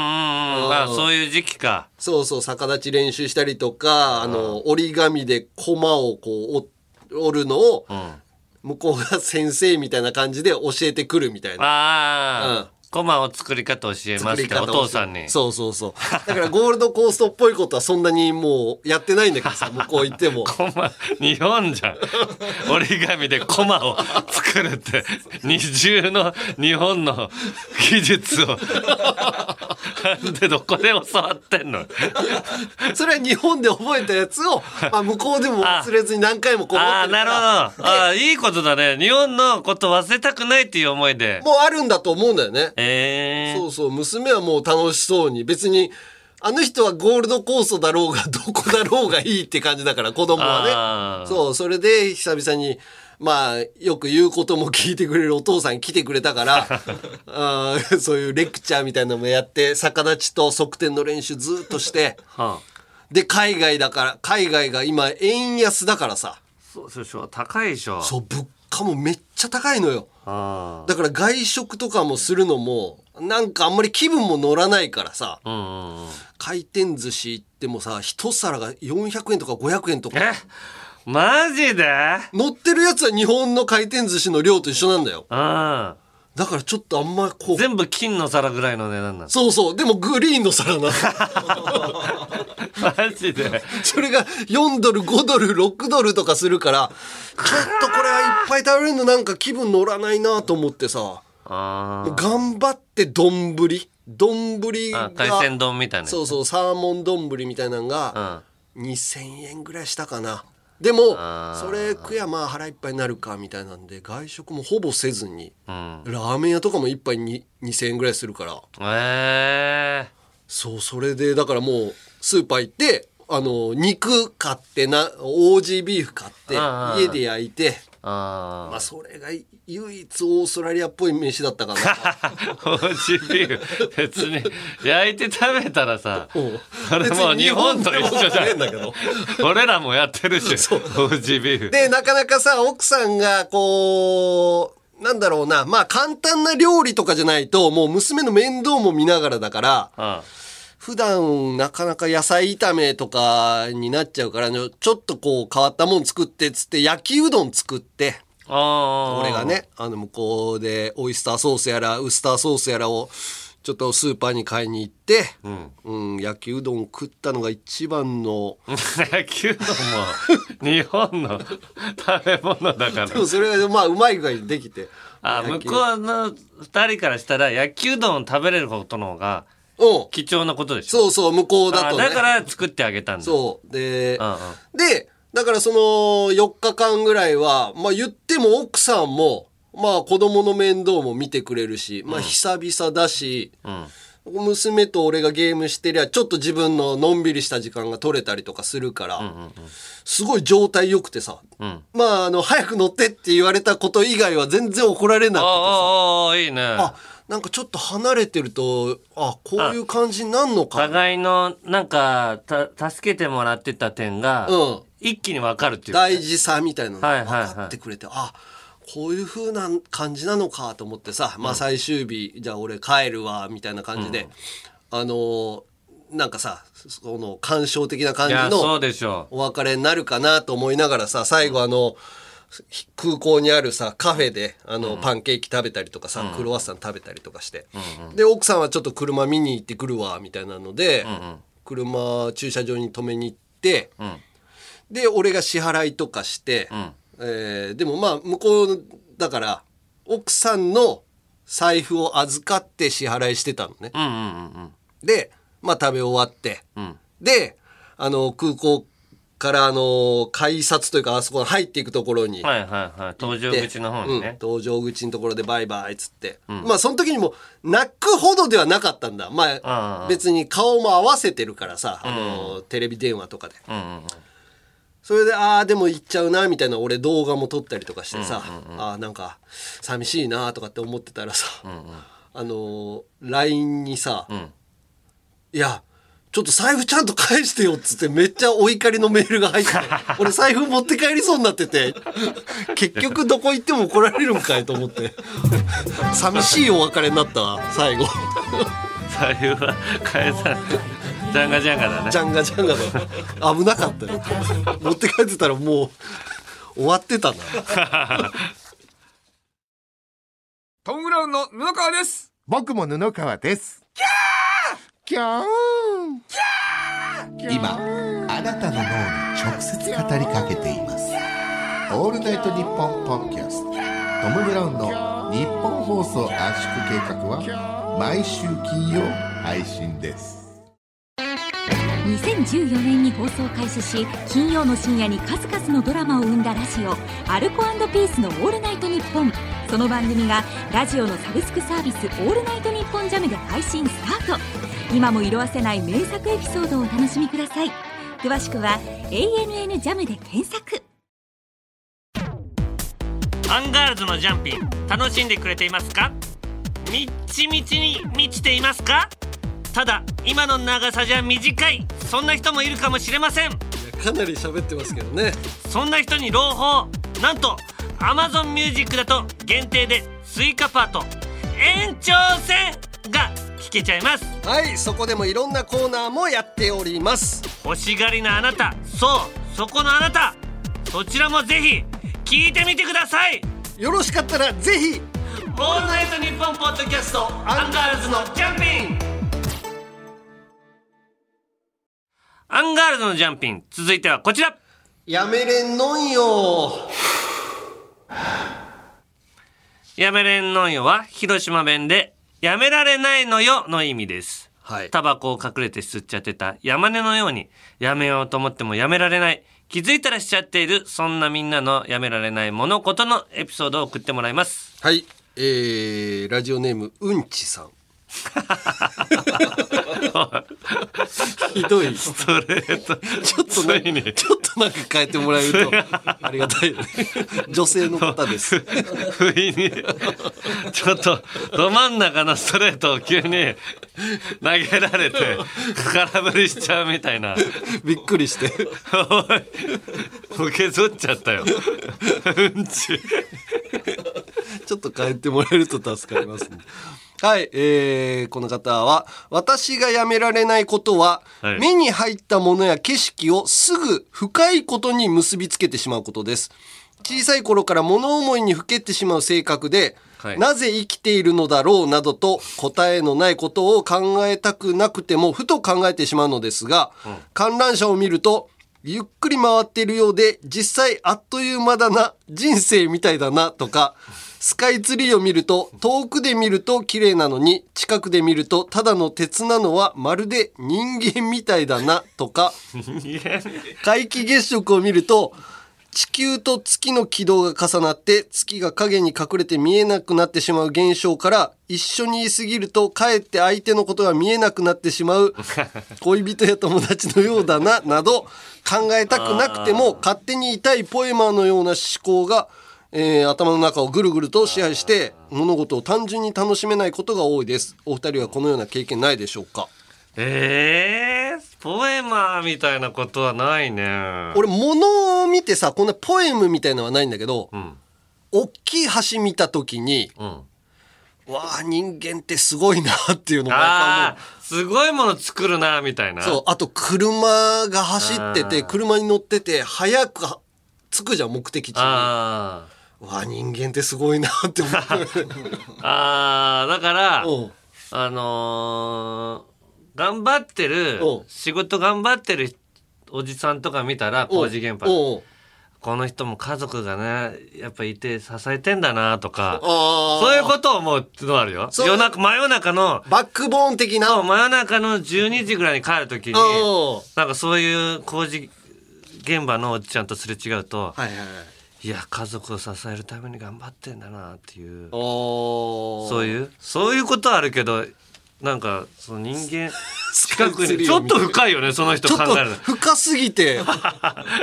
S1: あ、そういう時期か。
S2: そうそう逆立ち練習したりとかあの折り紙でコマをこう折折るのを
S1: うん。あ
S2: 向こうが先生みたいな感じで教えてくるみたいな。
S1: あ、コマを作り方教えま
S2: 作
S1: す
S2: り
S1: から、
S2: 方
S1: お
S2: を
S1: 父さんに。
S2: そうそうそうだからゴールドコーストっぽいことはそんなにもうやってないんだけどさ向こう行って
S1: *laughs*
S2: も
S1: コマ、日本じゃ *laughs* ん。折り紙でコマを作るって、二重の日本の技術を。なんでどこで教わって *laughs* んの
S2: それは日本で覚えたやつを、まあ、向こうでも忘れずに何回もこう持
S1: あ
S2: っ
S1: あ、
S2: てるか
S1: なるほど。
S2: ら
S1: ああ、いいことだね。日本のこと忘れたくないっていう思いで。
S2: もうあるんだと思うんだよね。
S1: ええ
S2: そうそう娘はもう楽しそうに別にあの人はゴールドコーストだろうが *laughs* どこだろうがいいって感じだから子供は
S1: あ
S2: ね。
S1: ー
S2: そうそれで久々にまあよく言うことも聞いてくれるお父さん来てくれたから
S1: *laughs*
S2: あーそういうレクチャーみたいなのもやって逆立ちと側転の練習ずっとして
S1: はあ
S2: で海外だから海外が今円安だからさ。
S1: そうそうそう、高いでしょ。
S2: そう物価もめっちゃ高いのよ
S1: あ
S2: だから外食とかもするのもなんかあんまり気分も乗らないからさ
S1: あ。うんうんうん。
S2: 回転寿司行ってもさ一皿が400円とか500円とか
S1: えマジで
S2: 乗ってるやつは日本の回転寿司の量と一緒なんだよ
S1: うん。
S2: だからちょっとあんまこう
S1: 全部金の皿ぐらいの値段なんです
S2: そうそうでもグリーンの皿
S1: *laughs*
S2: な
S1: マジで
S2: それが4ドル5ドル6ドルとかするからちょっとこれはいっぱい食べれるのなんか気分乗らないなと思ってさ
S1: あー
S2: 頑張って丼丼が
S1: あ海鮮丼みたいな
S2: そう
S1: う
S2: そうサーモン丼みたいなの
S1: う
S2: が
S1: ん
S2: 2000円ぐらいしたかなでも
S1: あー
S2: それ食やまあ腹いっぱいになるかみたいなんで外食もほぼせずに
S1: うん
S2: ラーメン屋とかも一杯に2000円ぐらいするから
S1: ええ
S2: そうそれでだからもうスーパー行ってあの肉買ってなオージービーフ買って
S1: あー
S2: 家で焼いて
S1: あ
S2: まあそれが唯一オーストラリアっぽい飯だったかな
S1: *laughs* オージービーフ別に焼いて食べたらさ
S2: うん
S1: それもう日本と一緒じゃ
S2: 別に日本でも食べれんだけど
S1: ん俺らもやってるしオージービーフ
S2: で、なかなかさ、奥さんが、こう、なんだろうな、まあ簡単な料理とかじゃないと、もう娘の面倒も見ながらだから、
S1: うん
S2: 普段なかなか野菜炒めとかになっちゃうから、ちょちょっとこう変わったもん作ってっつって、焼きうどん作って、
S1: あー
S2: 俺がね、あの向こうでオイスターソースやら、ウスターソースやらを、ちょっとスーパーに買いに行って、
S1: ん
S2: うん、焼きうどん食ったのが一番の、
S1: *laughs* 野球のも日本の食べ物だから
S2: でもそれがまあうまい具合にできて。
S1: あ向こうの2人からしたら焼きうどんを食べれることの方が
S2: う、うん、
S1: 貴重なことでしょ
S2: そうそう、向こうだ
S1: あ
S2: とね。
S1: だから作ってあげたんだ
S2: そう。で、
S1: うんうん
S2: で、だからその4日間ぐらいは、まあ言っても奥さんも、まあ子供の面倒も見てくれるし、まあ久々だし、
S1: うん
S2: 娘と俺がゲームしてりゃ、ちょっと自分ののんびりした時間が取れたりとかするから、すごい状態良くてさ、
S1: うん
S2: まああの、早く乗ってって言われたこと以外は全然怒られなくてさ、
S1: ああいいね
S2: あ、なんかちょっと離れてると、あ、こういう感じになんのか。
S1: 互いのなんかた助けてもらってた点が、
S2: うん。
S1: 一気に分かるっていうかね
S2: 大事さみたいなの
S1: はい
S2: 分
S1: はいはい
S2: かってくれて、あこういう風な感じなのかと思ってさ、まあ、最終日、じゃあ俺帰るわみたいな感じで、あのーなんかさその感傷的な感
S1: い
S2: じ
S1: やそう
S2: の
S1: でしょう
S2: お別れになるかなと思いながらさ最後あの空港にあるさカフェであの、パンケーキ食べたりとかさ、クロワッサン食べたりとかして、で奥さんはちょっと車見に行ってくるわみたいなので、車駐車場に止めに行って。
S1: うん
S2: で俺が支払いとかして、
S1: ん
S2: えーでもまあ向こうだから奥さんの財布を預かって支払いしてたのね、
S1: うんうんうん
S2: でまあ食べ終わって、
S1: ん
S2: であの空港からあの改札というかあそこに入っていくところに、
S1: うんはいはいはい登場口の方に
S2: うん
S1: ね、
S2: 搭乗口のところでバイバイっつって、まあその時にも泣くほどではなかったんだま
S1: あ
S2: あ
S1: あ
S2: 別に顔も合わせてるからさ、あのテレビ電話とかで、
S1: うんうん *laughs* うん
S2: それでああでも行っちゃうなみたいな俺動画も撮ったりとかしてさ、ああなんか寂しいなとかって思ってたらさ、あのー LINE にさ「
S1: ん
S2: いやちょっと財布ちゃんと返してよ」っつってめっちゃお怒りのメールが *laughs* 入ってて俺財布持って帰りそうになってて結局どこ行っても怒られるんかいと思って寂しいお別れになったわ最後
S1: 財布は返さないジャンガジャンガだね
S2: ジャンガジャンガの危なかったよ持って帰ってたらもう終わってたな。
S6: トム・ブラウンの布川です
S7: 僕も布川です。キャーキャー今、あなたの脳に直接語りかけています。オールナイトニッポンポッドキャスト、トム・ブラウンの日本放送圧縮計画は、毎週金曜配信です。
S8: 2014年に放送開始し金曜の深夜に数々のドラマを生んだラジオ「アルコピースのオールナイトニッポン」その番組がラジオのサブスクサービス「オールナイトニッポンジャムで配信スタート今も色あせない名作エピソードをお楽しみください詳しくは「ANN ジャムで検索
S9: アンガールズのジャンピン楽しんでくれていますかみっちみちに満ちていますかただ今の長さじゃ短いそんな人もいるかもしれません
S2: かなり喋ってますけどね
S9: そんな人に朗報なんと Amazon ミュージックだと限定でスイカパート延長戦が聞けちゃいます
S2: はいそこでもいろんなコーナーもやっております
S9: 欲しがりなあなたそうそこのあなたそちらもぜひ聞いてみてください
S2: よろしかったらぜひ
S9: オールナイトニッポンポッドキャストアンガールズのジャンピンアンガールズのジャンピン続いてはこちら
S2: やめれんのんよ
S9: やめれんのんよは広島弁でやめられないのよの意味です
S2: はい
S9: タバコを隠れて吸っちゃってた山根のようにやめようと思ってもやめられない気づいたらしちゃっているそんなみんなのやめられない物事のエピソードを送ってもらいます
S2: はいえー、ラジオネームうんちさんひど *laughs* いちょっ
S1: それと
S2: と
S1: つ
S2: ね
S1: いに
S2: ちょっとなんか変えてもらえるとありがたいよね女性の方です
S1: 不意にちょっとど真ん中のストレートを急に投げられて空振りしちゃうみたいな
S2: びっくりして
S1: おい受け取っちゃったようんち
S2: *laughs* ちょっと変えてもらえると助かりますね。はい、えー、この方は、私がやめられないことは、
S1: はい
S2: 目に入ったものや景色をすぐ深いことに結びつけてしまうことです。小さい頃から物思いにふけってしまう性格で、
S1: はい
S2: なぜ生きているのだろうなどと答えのないことを考えたくなくてもふと考えてしまうのですが、観覧車を見るとゆっくり回っているようで実際あっという間だな人生みたいだなとかスカイツリーを見ると遠くで見ると綺麗なのに近くで見るとただの鉄なのはまるで人間みたいだなとか皆既月食を見ると地球と月の軌道が重なって月が影に隠れて見えなくなってしまう現象から一緒にいすぎるとかえって相手のことが見えなくなってしまう恋人や友達のようだななど考えたくなくても勝手に痛いポエマーのような思考が、えー頭の中をぐるぐると支配して物事を単純に楽しめないことが多いですお二人はこのような経験ないでしょうか
S1: えー、ポエマーみたいなことはないね
S2: 俺物を見てさこんなポエムみたいのはないんだけど、
S1: ん
S2: 大きい橋見た時に、
S1: ん
S2: わあ人間ってすごいなっていうのが
S1: あーすごいもの作るなみたいな
S2: そうあと車が走ってて
S1: あー
S2: 車に乗ってて早くは着くじゃん目的地にわ
S1: あ
S2: あ人間ってすごいなって
S1: *laughs*
S2: 思
S1: ーあーだから
S2: ううん
S1: あのー頑張ってる
S2: うん
S1: 仕事頑張ってるおじさんとか見たら工事現場
S2: うん
S1: この人も家族がねやっぱいて支えてんだなとか
S2: あー
S1: そういうことを思うってのはあるよ
S2: そう
S1: 夜中真夜中の
S2: バックボーン的な
S1: そう真夜中の12時ぐらいに帰る時に
S2: うん
S1: なんかそういう工事現場のおじちゃんとすれ違うと
S2: はいはいはい
S1: いや家族を支えるために頑張ってんだなっていう
S2: お
S1: そう
S2: う
S1: いうそういうことはあるけどなんかその人間
S2: *laughs*
S1: 近くにち
S2: ち
S1: ょ
S2: ょ
S1: っ
S2: っ
S1: と
S2: と
S1: 深いよねその人
S2: ちょっ
S1: 考
S2: と
S1: えるの
S2: 深す
S1: *laughs*
S2: ぎて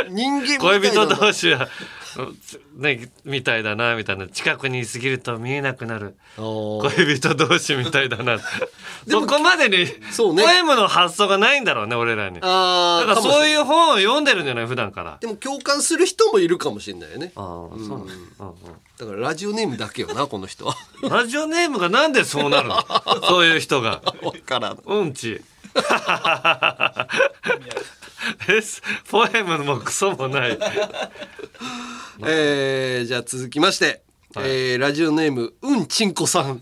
S2: 人間みたいな
S1: 恋人同士は *laughs* ねみたいだなみたいな近くにいすぎると見えなくなる
S2: おー
S1: 恋人同士みたいだな
S2: *laughs* で
S1: そ
S2: も
S1: こまでに
S2: そうね
S1: ポエムの発想がないんだろうね俺らにだか
S2: あ
S1: らそう
S2: う
S1: いう本を読んでるんじゃない普段から
S2: でも共感する人もいるかもしれないよね
S1: ああそうなの、うん
S2: だからラジオネームだけよなこの
S1: *laughs*
S2: 人は
S1: うんラジオネームがなんでそう
S2: *laughs*
S1: なるのそういう人が
S2: わからん
S1: うんち。えすポエムもクソもない。
S2: えー、じゃあ続きまして、えー、ラジオネームうんちんこさん
S1: おい。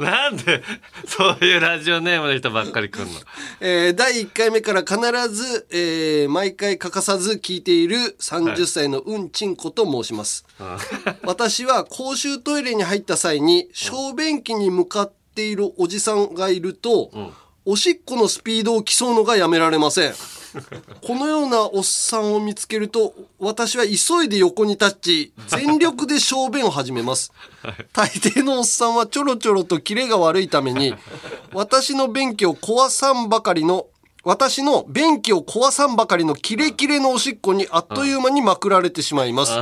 S1: なんで、そういうラジオネームの人ばっかり来んの。
S2: えー、第1回目から必ず、えー、毎回欠かさず聞いている30歳のうんちんこと申します、 *laughs* 私は公衆トイレに入った際に小便器に向かっているおじさんがいると、おしっこのスピードを競うのがやめられませんこのようなおっさんを見つけると私は急いで横に立ち全力で小便を始めます大抵のおっさんはちょろちょろとキレが悪いために私の便器を壊さんばかりの私の便器を壊さんばかりのキレキレのおしっこにあっという間にまくられてしまいます。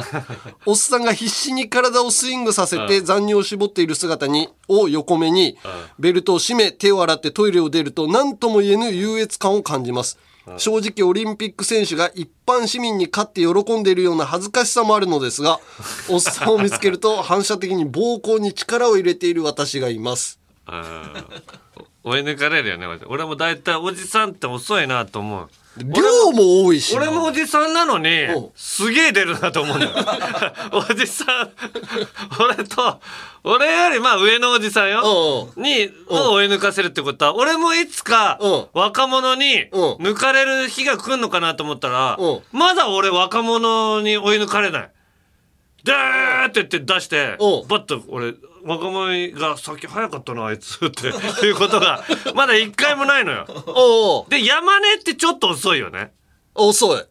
S2: おっさんが必死に体をスイングさせて残尿を絞っている姿に、を横目に、ベルトを締め、手を洗ってトイレを出ると何とも言えぬ優越感を感じます。正直オリンピック選手が一般市民に勝って喜んでいるような恥ずかしさもあるのです
S1: *laughs*
S2: が、おっさんを見つけると反射的に膀胱に力を入れている私がいます。
S1: *laughs* あーお追い抜かれるよね。俺もだいたいおじさんって遅いなと思う。
S2: 量も多いしな
S1: 俺もおじさんなのに
S2: うん
S1: すげえ出るなと思うんだよ *laughs* おじさん俺と俺よりまあ上のおじさんよ
S2: う
S1: にを追い抜かせるってことは俺もいつか
S2: うん
S1: 若者に
S2: うん
S1: 抜かれる日が来るのかなと思ったら
S2: う
S1: まだ俺若者に追い抜かれない。でーって言って出して
S2: うん
S1: バッと俺若者が先早かったなあいつって *laughs* いうことがまだ一回もないのよ。
S2: おうおう
S1: で山根ってちょっと遅いよね。
S2: 遅
S1: う
S2: い
S1: ん、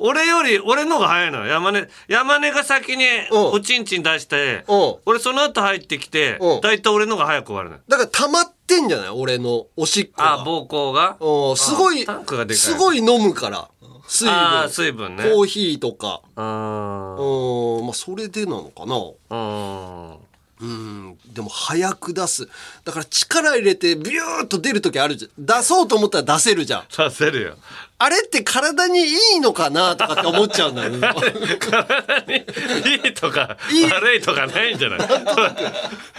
S1: 俺より、俺の方が早いのよ。山根、山根が先に
S2: うん
S1: おちんちん出して
S2: うん、
S1: 俺その後入ってきて
S2: うん、
S1: だいたい俺の方が早く終わるのよ。
S2: だから溜まってんじゃない俺のおしっこ
S1: あ
S2: が、
S1: 膀胱が
S2: おうすごい
S1: あタンクがでかい
S2: すごい飲むから水分
S1: あー水分ね。
S2: コーヒーとか
S1: あー
S2: うんまあそれでなのかな
S1: うん。
S2: うんでも早く出すだから力入れてビューッと出る時あるじゃん出そうと思ったら出せるじゃん
S1: させるよ。 *laughs*
S2: あれって体にいいのかなとかって思っちゃうん
S1: *laughs*
S2: だよね
S1: 体にいいとか
S2: いい
S1: 悪いとかないんじゃない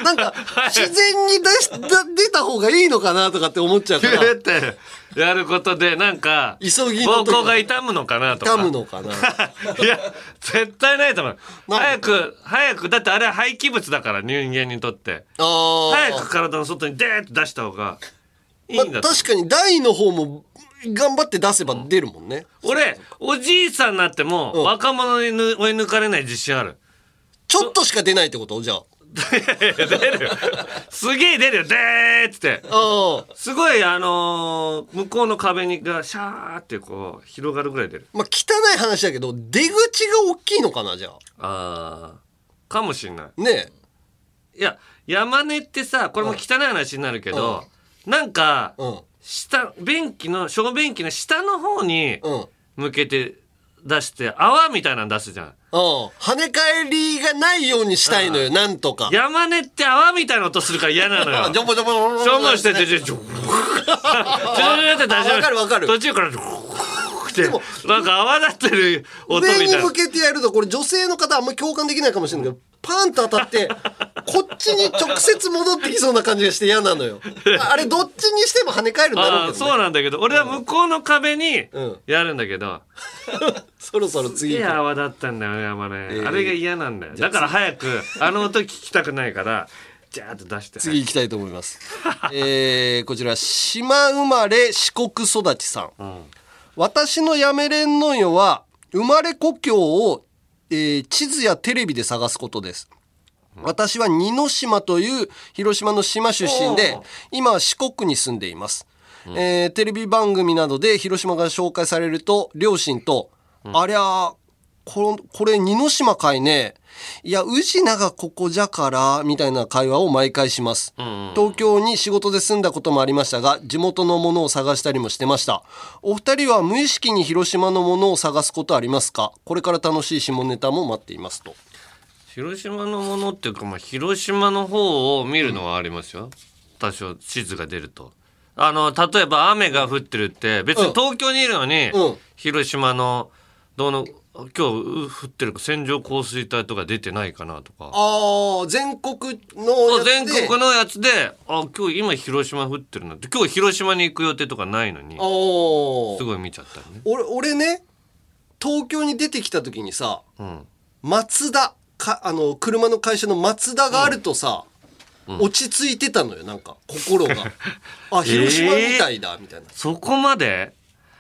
S2: なんか自然に出しだ出た方がいいのかなとかって思っちゃう
S1: キ
S2: か
S1: ュ
S2: ら
S1: ーって *laughs* やることで、なんか、
S2: 急ぎの
S1: 膀
S2: 時
S1: 胱が痛むのかなとか。
S2: 噛むのか
S1: *laughs*
S2: な
S1: いや絶対ないと思う
S2: なんで
S1: 早く早くだってあれは廃棄物だから人間にとって
S2: あ
S1: 早
S2: ー
S1: く体の外にデーッと出した方がいいん
S2: ま
S1: だ
S2: あ、
S1: と
S2: 確かに台の方も頑張って出せば出るもんね、
S1: 俺おじいさんになっても
S2: ん
S1: 若者にぬ追い抜かれない自信ある
S2: ちょっとしか出ないってことじゃあ
S1: 出るよすげえ出るよでーっつって
S2: あー
S1: すごいあのー向こうの壁にがシャーってこう広がるぐらい出る
S2: まあ汚い話だけど出口が大きいのかなじゃあ
S1: あーかもしんない
S2: ねえ
S1: いや山根ってさこれも汚い話になるけど、なんか、
S2: うん
S1: 下便器の小便器の下の方に
S2: うん
S1: 向けて出して泡みたいなの出すじゃん
S2: うん跳ね返りがないようにしたいのよなんとか
S1: 山根って泡みたいな音するから嫌なのよ
S2: *laughs* ジョボジョボジョボ
S1: しょんぼりしててちょちょちょちょって出し
S2: あわかるわかる
S1: 途中からちょってなんか泡立ってる音みた
S2: 上
S1: い
S2: に
S1: な
S2: 向けてやるとこれ女性の方あんま共感できないかもしれないけどパンと当たってこっちに直接戻ってきそうな感じがして嫌なのよああれどっちにしても跳ね返るんだろ
S1: あ
S2: う
S1: あ
S2: けど、
S1: そう
S2: ね、
S1: なんだけど俺は向こうの壁に
S2: うん
S1: やるんだけど、
S2: そろそろ
S1: い
S2: 次
S1: い
S2: 行こ
S1: 泡だったんだよね山根、
S2: ー
S1: あれが嫌なんだよだから早くあの音聞きたくないからジャーッと出して
S2: う次行きたいと思い
S1: *laughs*
S2: ます、えー、こちら島生まれ四国育ちさん、私のやめれんのんよは生まれ故郷を、えー地図やテレビで探すことです私は二ノ島という広島の島出身で今は四国に住んでいます、えーテレビ番組などで広島が紹介されると両親と「ありゃーここれ二ノ島かいねいや宇品がここじゃから」みたいな会話を毎回します、東京に仕事で住んだこともありましたが地元のものを探したりもしてましたお二人は無意識に広島のものを探すことありますかこれから楽しい下ネタも待っていますと
S1: 広島のものっていうか、まあ、広島の方を見るのはありますよ、多少地図が出るとあの例えば雨が降ってるって別に東京にいるのに、
S2: うん
S1: 広島のどうの今日う降ってる線状降水帯とか出てないかなとか
S2: ああ全国のやつで
S1: 全国のやつであ今日今広島降ってるなって今日広島に行く予定とかないのに
S2: あー
S1: すごい見ちゃったりね
S2: 俺俺ね東京に出てきた時にさ
S1: うん
S2: 松田かあの車の会社の松田があるとさ、落ち着いてたのよなんか心が
S1: *laughs*
S2: あ広島みたいだ、みたいな
S1: そこまで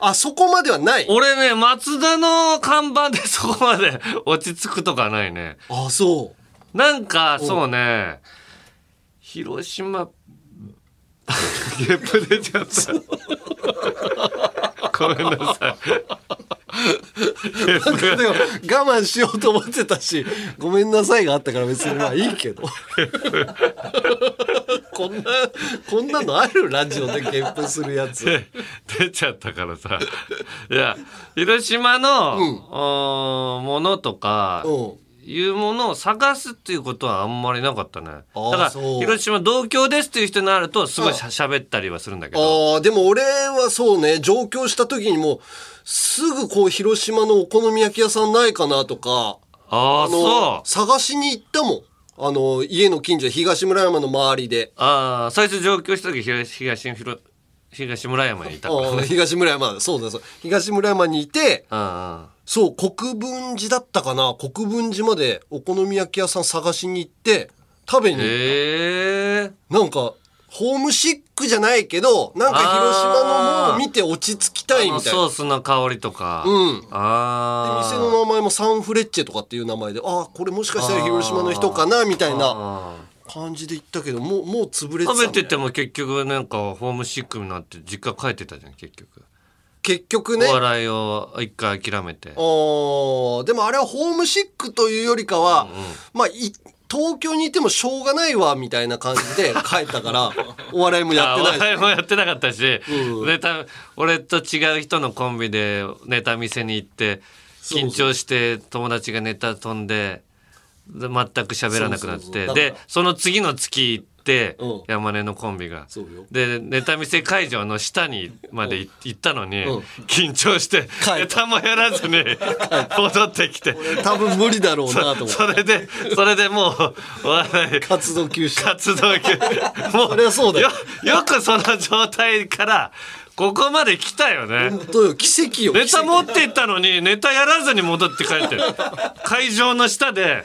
S2: あそこまではない
S1: 俺ね松田の看板でそこまで落ち着くとかないね
S2: あそ
S1: なんか、そうね、広島、ゲップ出ちゃった。 *laughs* ごめんなさい。ゲップ
S2: *laughs* うでも我慢しようと思ってたし「ごめんなさい」があったから別にまあいい
S1: *laughs*
S2: けどこんなこんなのあるラジオでゲップするやつ
S1: で出ちゃったからさ。いや、広島の、
S2: うん
S1: おーものとか、
S2: うん
S1: いうものを探すっていうことはあんまりなかったね。だか
S2: あー
S1: ら、
S2: そう
S1: 広島同郷ですっていう人になると、すごいしゃ喋ったりはするんだけど。
S2: ああ、でも俺はそうね、上京した時にもう、すぐこう、広島のお好み焼き屋さんないかなとか、
S1: ああ、
S2: の
S1: そう。
S2: 探しに行ったもん。あの、家の近所、東村山の周りで。
S1: ああ、最初上京した時、東、東、広、東村山にいたから
S2: ああ
S1: ね
S2: 東村山そうです東村山にいて
S1: うんうん
S2: そう国分寺だったかな国分寺までお好み焼き屋さん探しに行って食べに
S1: へえ
S2: なんかホームシックじゃないけどなんか広島のものを見て落ち着きたいみたい
S1: ソ
S2: な
S1: ースの香りとか
S2: うんで
S1: ああ
S2: 店の名前もサンフレッチェとかっていう名前でああこれもしかしたら広島の人かなみたいな感じで行ったけどもうもう潰れてた
S1: 食
S2: んだ
S1: べ
S2: よ
S1: てても結局なんかホームシックになって実家帰ってたじゃん結局、
S2: 結局ね
S1: お笑いを一回諦めて
S2: おーでもあれはホームシックというよりかは、まあい東京にいてもしょうがないわみたいな感じで帰ったからお笑いもや
S1: あ
S2: っ
S1: お
S2: てないし
S1: 笑いもやってなかったし、
S2: うん
S1: ネタ俺と違う人のコンビでネタ見せに行って
S2: そうそう
S1: 緊張して友達がネタ飛んでで全く喋らなくなっ
S2: そうそう
S1: て
S2: そうだ
S1: で
S2: から
S1: その次の月行って、
S2: うん
S1: 山根のコンビが
S2: そうよ
S1: でネタ見せ会場の下にまでい行ったのに、
S2: うん
S1: 緊張して
S2: た
S1: ネタもやらずに戻ってきて
S2: 多分無理だろうなと思っ
S1: *laughs* それでそれでもうお笑い
S2: て活動休止
S1: 活動休も
S2: *laughs* そりゃそうだよ
S1: よよくその状態からここまで来たよね
S2: 本当よ奇跡よ
S1: ネ
S2: 奇
S1: タ
S2: 跡
S1: 持ってったのにネタやらずに戻って帰ってる会場の下で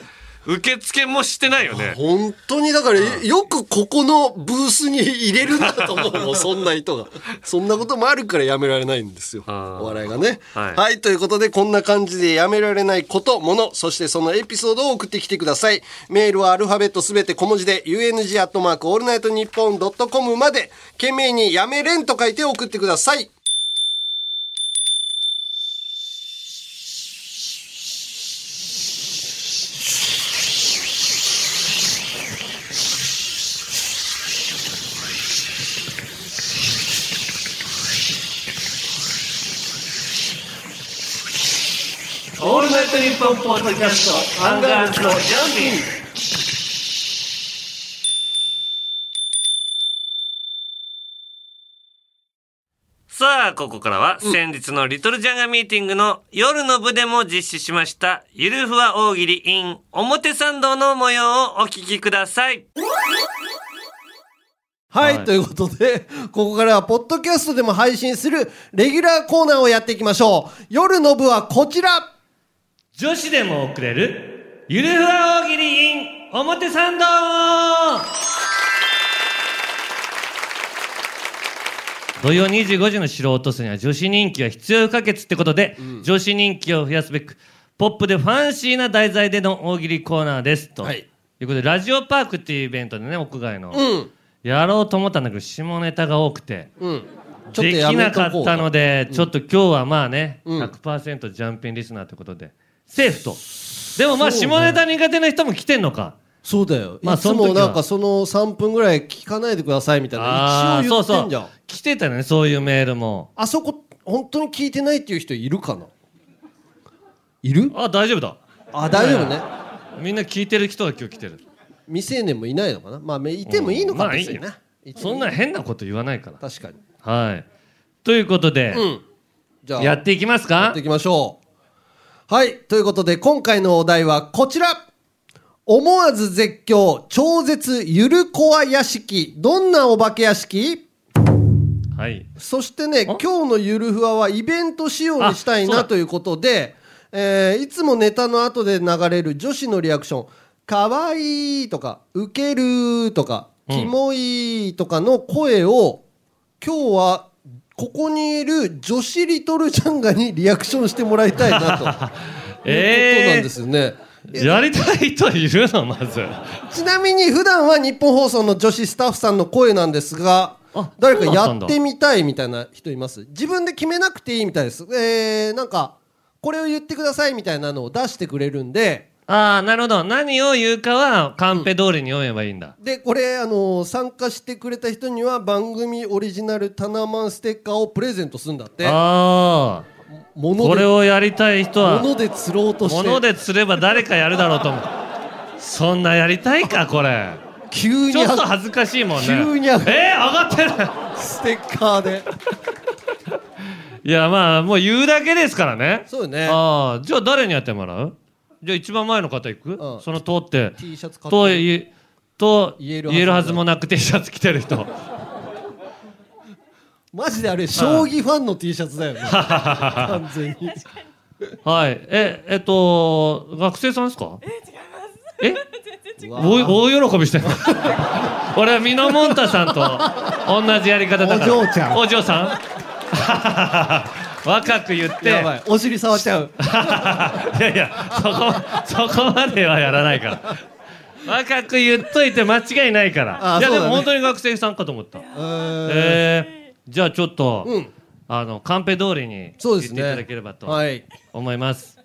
S1: 受付もしてないよね
S2: 本当にだからよくここのブースに入れるんだと思うもん *laughs* そんな人がそんなこともあるからやめられないんですよ
S1: あー
S2: お笑いがねは、
S1: はいい
S2: ということでこんな感じでやめられないことものそしてそのエピソードを送ってきてくださいメールはアルファベットすべて小文字で UNG アットマークオールナイトニッポンドットコムまで懸命にやめれんと書いて送ってください
S9: オールナイトニッポンポッドキャストアンガールズのジャンピンさあここからは先日のリトルジャガミーティングの夜の部でも実施しましたゆるふわ大喜利 in 表参道の模様をお聞きください
S2: はい、ということで、ここからは、ポッドキャストでも配信する、レギュラーコーナーをやっていきましょう。夜の部はこちら
S9: 女子でも送れるゆるふわ大喜利 in 表参道土曜25時の城を落とすには女子人気は必要不可欠ってことで、女子人気を増やすべくポップでファンシーな題材での大喜利コーナーですと、
S2: はい
S9: い、うことでラジオパークっていうイベントでね屋外の、
S2: うん。
S9: やろうと思ったんだけど下ネタが多くて、
S2: うん。
S9: できなかったの
S2: で。
S9: で、ちょっと今日はまあね、
S2: うん
S9: 100%ジャンピンリスナーということで、セーフと。でもまあ、下ネタ苦手な人も来てんのか。
S2: そうだよ。
S9: まあ
S2: いつ
S9: その
S2: も
S9: 時は
S2: なんかその3分ぐらい聞かないでくださいみたいな。
S9: あー
S2: 一応言ってんじゃん。あそ
S9: 来てたね、そういうメールも。
S2: こ、本当に聞いてないっていう人いるかないる
S9: あ、大丈夫だ。
S2: あ、大丈夫ね。
S9: みんな聞いてる人が今日来てる。
S2: 未成年もいないのかなまあ、めいてもいいのか
S9: うんまあ
S2: 別にね。
S9: いい
S2: い
S9: よ
S2: ても
S9: そんな変なこと言わないから。
S2: 確かに。
S9: はい。ということで、
S2: うん。じゃあ、
S9: やっていきます
S2: やっ
S9: か
S2: ていきましょう。はい。ということで、今回のお題はこちら。思わず絶叫、超絶ゆるコア屋敷。どんなお化け屋敷
S9: はい。
S2: そしてね、
S9: あ
S2: 今日のゆるふわはイベント仕様にしたい
S9: あそう
S2: な
S9: だ
S2: ということで、えーいつもネタの後で流れる女子のリアクション、かわいいとか、ウケるとか、
S9: うん
S2: キモいとかの声を、今日はここにいる女子リトルジャンガにリアクションしてもらいたい
S9: *laughs*
S2: なということなんですよね。
S9: やりたい人いるの、ま
S2: *laughs*
S9: ず。
S2: ちなみに普段は日本放送の女子スタッフさんの声なんですが
S9: あ、
S2: 誰か
S9: そうだった
S2: や
S9: んだ
S2: ってみたいみたいな人います自分で決めなくていいみたいです。えー、なんか、これを言ってくださいみたいなのを出してくれるんで、
S9: ああ、なるほど。何を言うかは、カンペ通りに読めばいいんだ。
S2: で、これ、あのー参加してくれた人には番組オリジナルタナマンステッカーをプレゼントするんだって。
S9: ああ
S2: も
S9: これ
S2: で、
S9: をやりたい人は
S2: 物で釣ろうとして、
S9: 物で釣れば誰かやるだろうと思うそんなやりたいかこれ
S2: 急に
S9: ちょっと恥ずかしいもんね
S2: 急に
S9: え
S2: 上
S9: ー、
S2: が
S9: 上
S2: る
S9: がってる
S2: ステッカーで。
S9: いやまあもう言うだけですからね
S2: そうよね
S9: ああじゃあ誰にやってもらうじゃあ一番前の方行く、
S2: うん
S9: その通って
S2: T シャツ買っ
S9: と
S2: てる。
S9: いと
S2: 言えるはず *laughs*
S9: 言えるはずもなく T シャツ着てる人
S2: マジであれ将棋ファンの T シャツ
S9: *laughs*
S2: だよね完全に
S9: はい。え、えっと、学生さんですかえ、違います。え
S2: わー
S9: 大大喜びしてる。 *laughs* 俺はミノモンタさんと同じやり方だから。
S10: お嬢ちゃん
S9: お嬢さん *laughs* 若く言って。
S10: やばいお尻触っちゃ
S9: *laughs*
S10: う
S9: いやいや、そこ、そこまではやらないから。若く言っといて間違いないから。
S10: あ
S9: いや、
S10: そう
S9: で
S10: だね
S9: も本当に学生さんかと思った。えー、じゃあちょっと、あの、カンペ通りに
S2: そう
S9: 言っ
S2: で
S9: て
S2: す
S9: い
S2: ね
S9: ただければと
S2: はい
S9: 思います。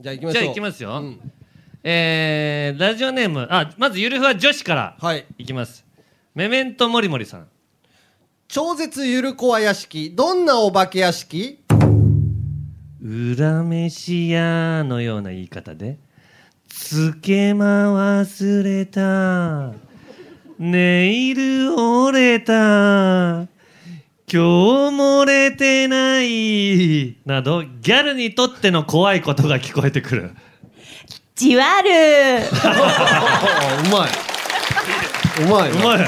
S2: じゃあ行きましょ
S9: じ
S2: う
S9: ゃあ行きますよ。
S2: うん
S9: えー、ラジオネーム、あ、まずゆるふわ女子から
S2: はい
S9: いきます。メメントモリモリさん。
S2: 超絶ゆるこわ屋敷どんなお化け屋
S9: *laughs*
S2: 敷
S9: 裏飯屋のような言い方で、つけま忘れた。ネイル折れた。今日もれてない。など、ギャルにとっての怖いことが聞こえてくる。
S11: じわる
S2: うまい。うまい。
S9: うまい。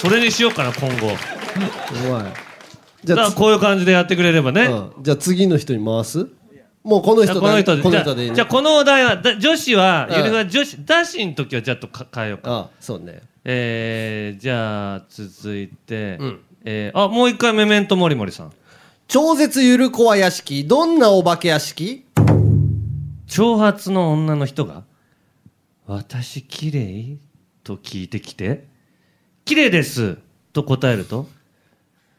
S9: それにしようかな、今後。
S2: うまい
S9: じゃあ、こういう感じでやってくれればね。
S2: じゃあ次の人に回すもうこの
S9: じゃあ
S2: 人
S9: この
S2: だ
S9: 人で
S2: こ
S9: じ
S2: の
S9: ゃ
S2: 人
S9: あ
S2: でいいね
S9: じゃあこのお題はだ女子は
S2: うん
S9: ゆるは女子男子の時はちょっとか変えようか
S2: あそうね
S9: えー、じゃあ続いて、えーあもう一回メメントモリモリさん
S2: 超絶ゆるこわ屋敷どんなお化け屋敷
S9: 長髪の女の人が「私綺麗と聞いてきて「綺麗です」と答えると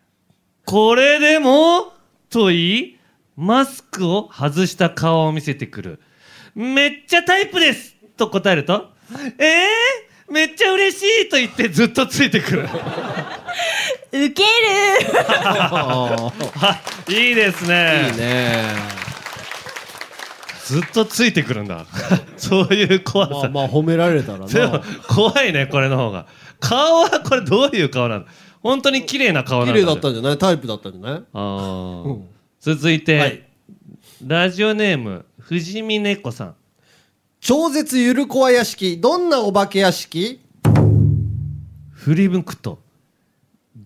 S9: 「これでも?」と言いマスクを外した顔を見せてくる「めっちゃタイプです」と答えると「えー、めっちゃ嬉しい」と言ってずっとついてくる
S11: ウケる
S9: いいですね
S2: いい
S9: *laughs*
S2: ね
S9: ずっとついてくるんだそういう怖さ、
S2: まあまあ褒められ
S9: *laughs*
S2: たら
S9: でも
S2: な
S9: 怖いねこれの方が顔はこれどういう顔なの本当に綺麗な顔な
S2: 綺
S9: ん
S2: 麗だった
S9: あ
S2: んじゃないタイプだったんじゃない
S9: あー、続いて、ラジオネーム藤見猫さん
S2: 超絶ゆるこわ屋敷どんなお化け屋敷
S9: 振り向くと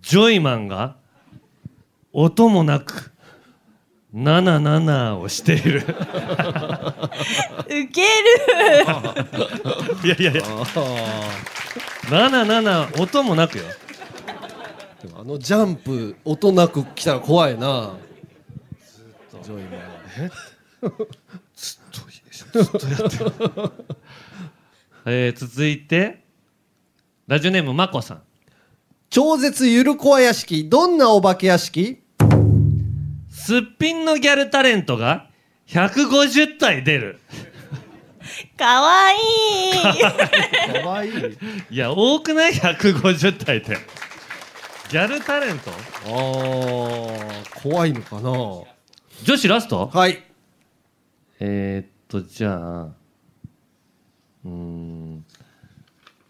S9: ジョイマンが音もなく「ナナナナ」をしている *laughs*
S11: ウケる
S9: いやいやいや「ナナナナ」音もなくよ
S2: でもあのジャンプ音なく来たら怖いなジョイマン
S9: えー続いてラジオネームまこさん
S2: 超絶ゆるこわ屋敷どんなお化け屋敷
S9: すっぴんのギャルタレントが150体出る
S11: かわいい
S2: かわいい
S9: いや多くない150体ってギャルタレント
S2: あー怖いのかな
S9: 女子ラスト
S2: はい
S9: えー、っとじゃあうーん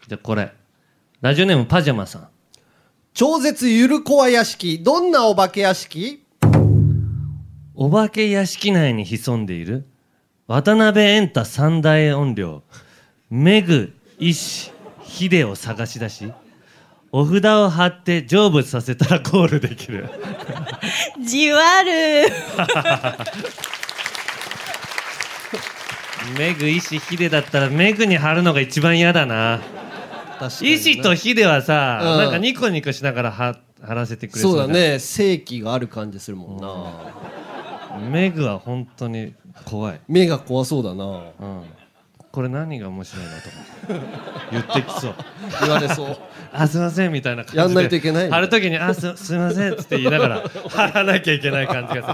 S9: じゃあこれラジオネームパジャマさん
S2: 超絶ゆるこわ屋敷どんなお化け屋敷
S9: お化け屋敷内に潜んでいる渡辺エンタ三大怨霊メグ石秀を探し出しお札を貼って成仏させたらゴールできる
S11: じわる
S9: *laughs* メグ石秀だったらメグに貼るのが一番嫌だな
S2: 確かにな
S9: 石と秀はさ、
S2: うん
S9: なんかニコニコしながら貼貼らせてくれ
S2: そうだ
S9: な
S2: ね正気がある感じするもんな
S9: メグは本当に怖い、
S2: 目が怖そうだな
S9: うん、これ何が面白いなと思って言ってきそう
S2: 言われ *laughs* そう
S9: あすいませんみたいな感じで
S2: やんないといけない
S9: 貼るときにあすすいませんっつって言いながら貼らなきゃいけない感じが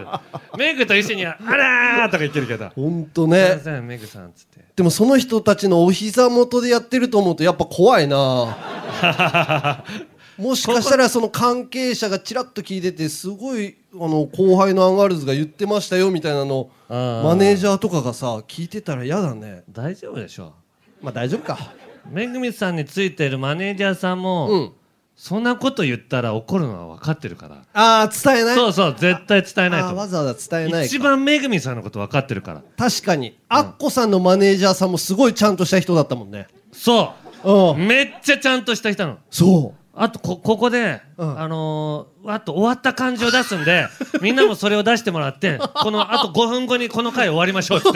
S9: するメグと石にはあらーとか言ってるけど
S2: ほんと
S9: すいま
S2: ね
S9: せんメグさんっつって
S2: でもその人たちのお膝元でやってると思うとやっぱ怖いなもしかしたらその関係者がちらっと聞いててすごいあの後輩のアンガールズが言ってましたよみたいなの
S9: あー
S2: マネージャーとかがさ聞いてたら嫌だね
S9: 大丈夫でしょ
S2: まあ大丈夫か
S9: めぐみさんについてるマネージャーさんも、
S2: うん
S9: そんなこと言ったら怒るのは分かってるから
S2: ああ伝えない
S9: そうそう絶対伝えない
S2: あ
S9: と
S2: ー
S9: 思
S2: わ
S9: う
S2: ざわざ伝えない
S9: 一
S2: か
S9: 番めぐみさんのこと分かってるから
S2: 確かに、アッコさんのマネージャーさんもすごいちゃんとした人だったもんね
S9: そううめっちゃちゃんとした人なの
S2: そう
S9: あとこここで、あのーわっと終わった感じを出す
S2: *laughs*
S9: んでみんなもそれを出してもらってこのあと5分後にこの回終わりましょう
S2: *laughs*
S9: って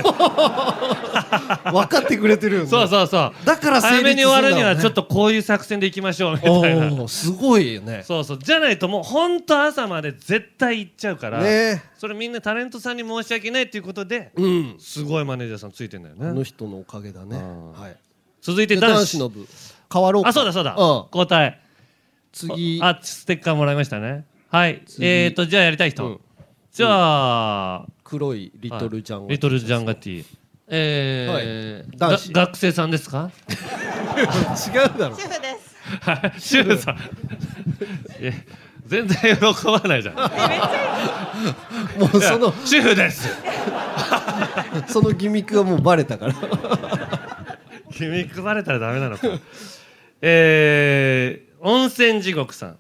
S2: 分かってくれてるよね
S9: *laughs* そうそうそう
S2: だから成立するんだろうね
S9: 早めに終わるにはちょっとこういう作戦でいきましょうみたいな
S2: おーすごいよね
S9: そうそうじゃないともうほんと朝まで絶対行っちゃうから、
S2: ね
S9: それみんなタレントさんに申し訳ないということで、
S2: うん
S9: すごいマネージャーさんついてんだよね
S2: あの人のおかげだねはい
S9: 続いて
S2: 男子
S9: 男子
S2: の部変わろうか
S9: あそうだそうだ、
S2: ん
S9: 交代
S2: 次
S9: あステッカーもらいましたねはい
S2: 次
S9: えーとじゃあやりたい人、じゃあ
S2: 黒いリトルジャンガティ
S9: はいリトルジャンガティえ
S2: はい
S9: ー
S2: 男子
S9: が学生さんですか
S2: 違うだろ
S8: 主婦です
S9: はい *laughs* シュウ *laughs* さんいや全然喜ばないじゃん
S2: *laughs* もうその
S9: いや主婦です
S2: そのギミックはもうバレたから
S9: 君配れたらダメなのかえー、温泉地獄さん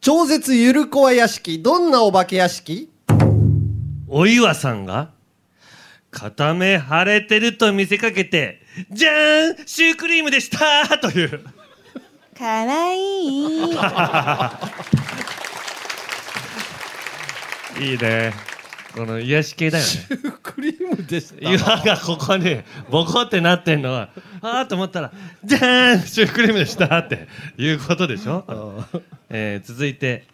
S2: 超絶ゆるこわ屋敷どんなお化け屋敷
S9: お岩さんが片目腫れてると見せかけて「じゃーんシュークリームでした!」という
S8: かわいい
S9: いいねこの癒し系だよね
S2: クリームでした
S9: 岩がここにボコってなってんのはあーと思ったら「じゃーんシュークリームでした!」っていうことでしょ、えー、続いて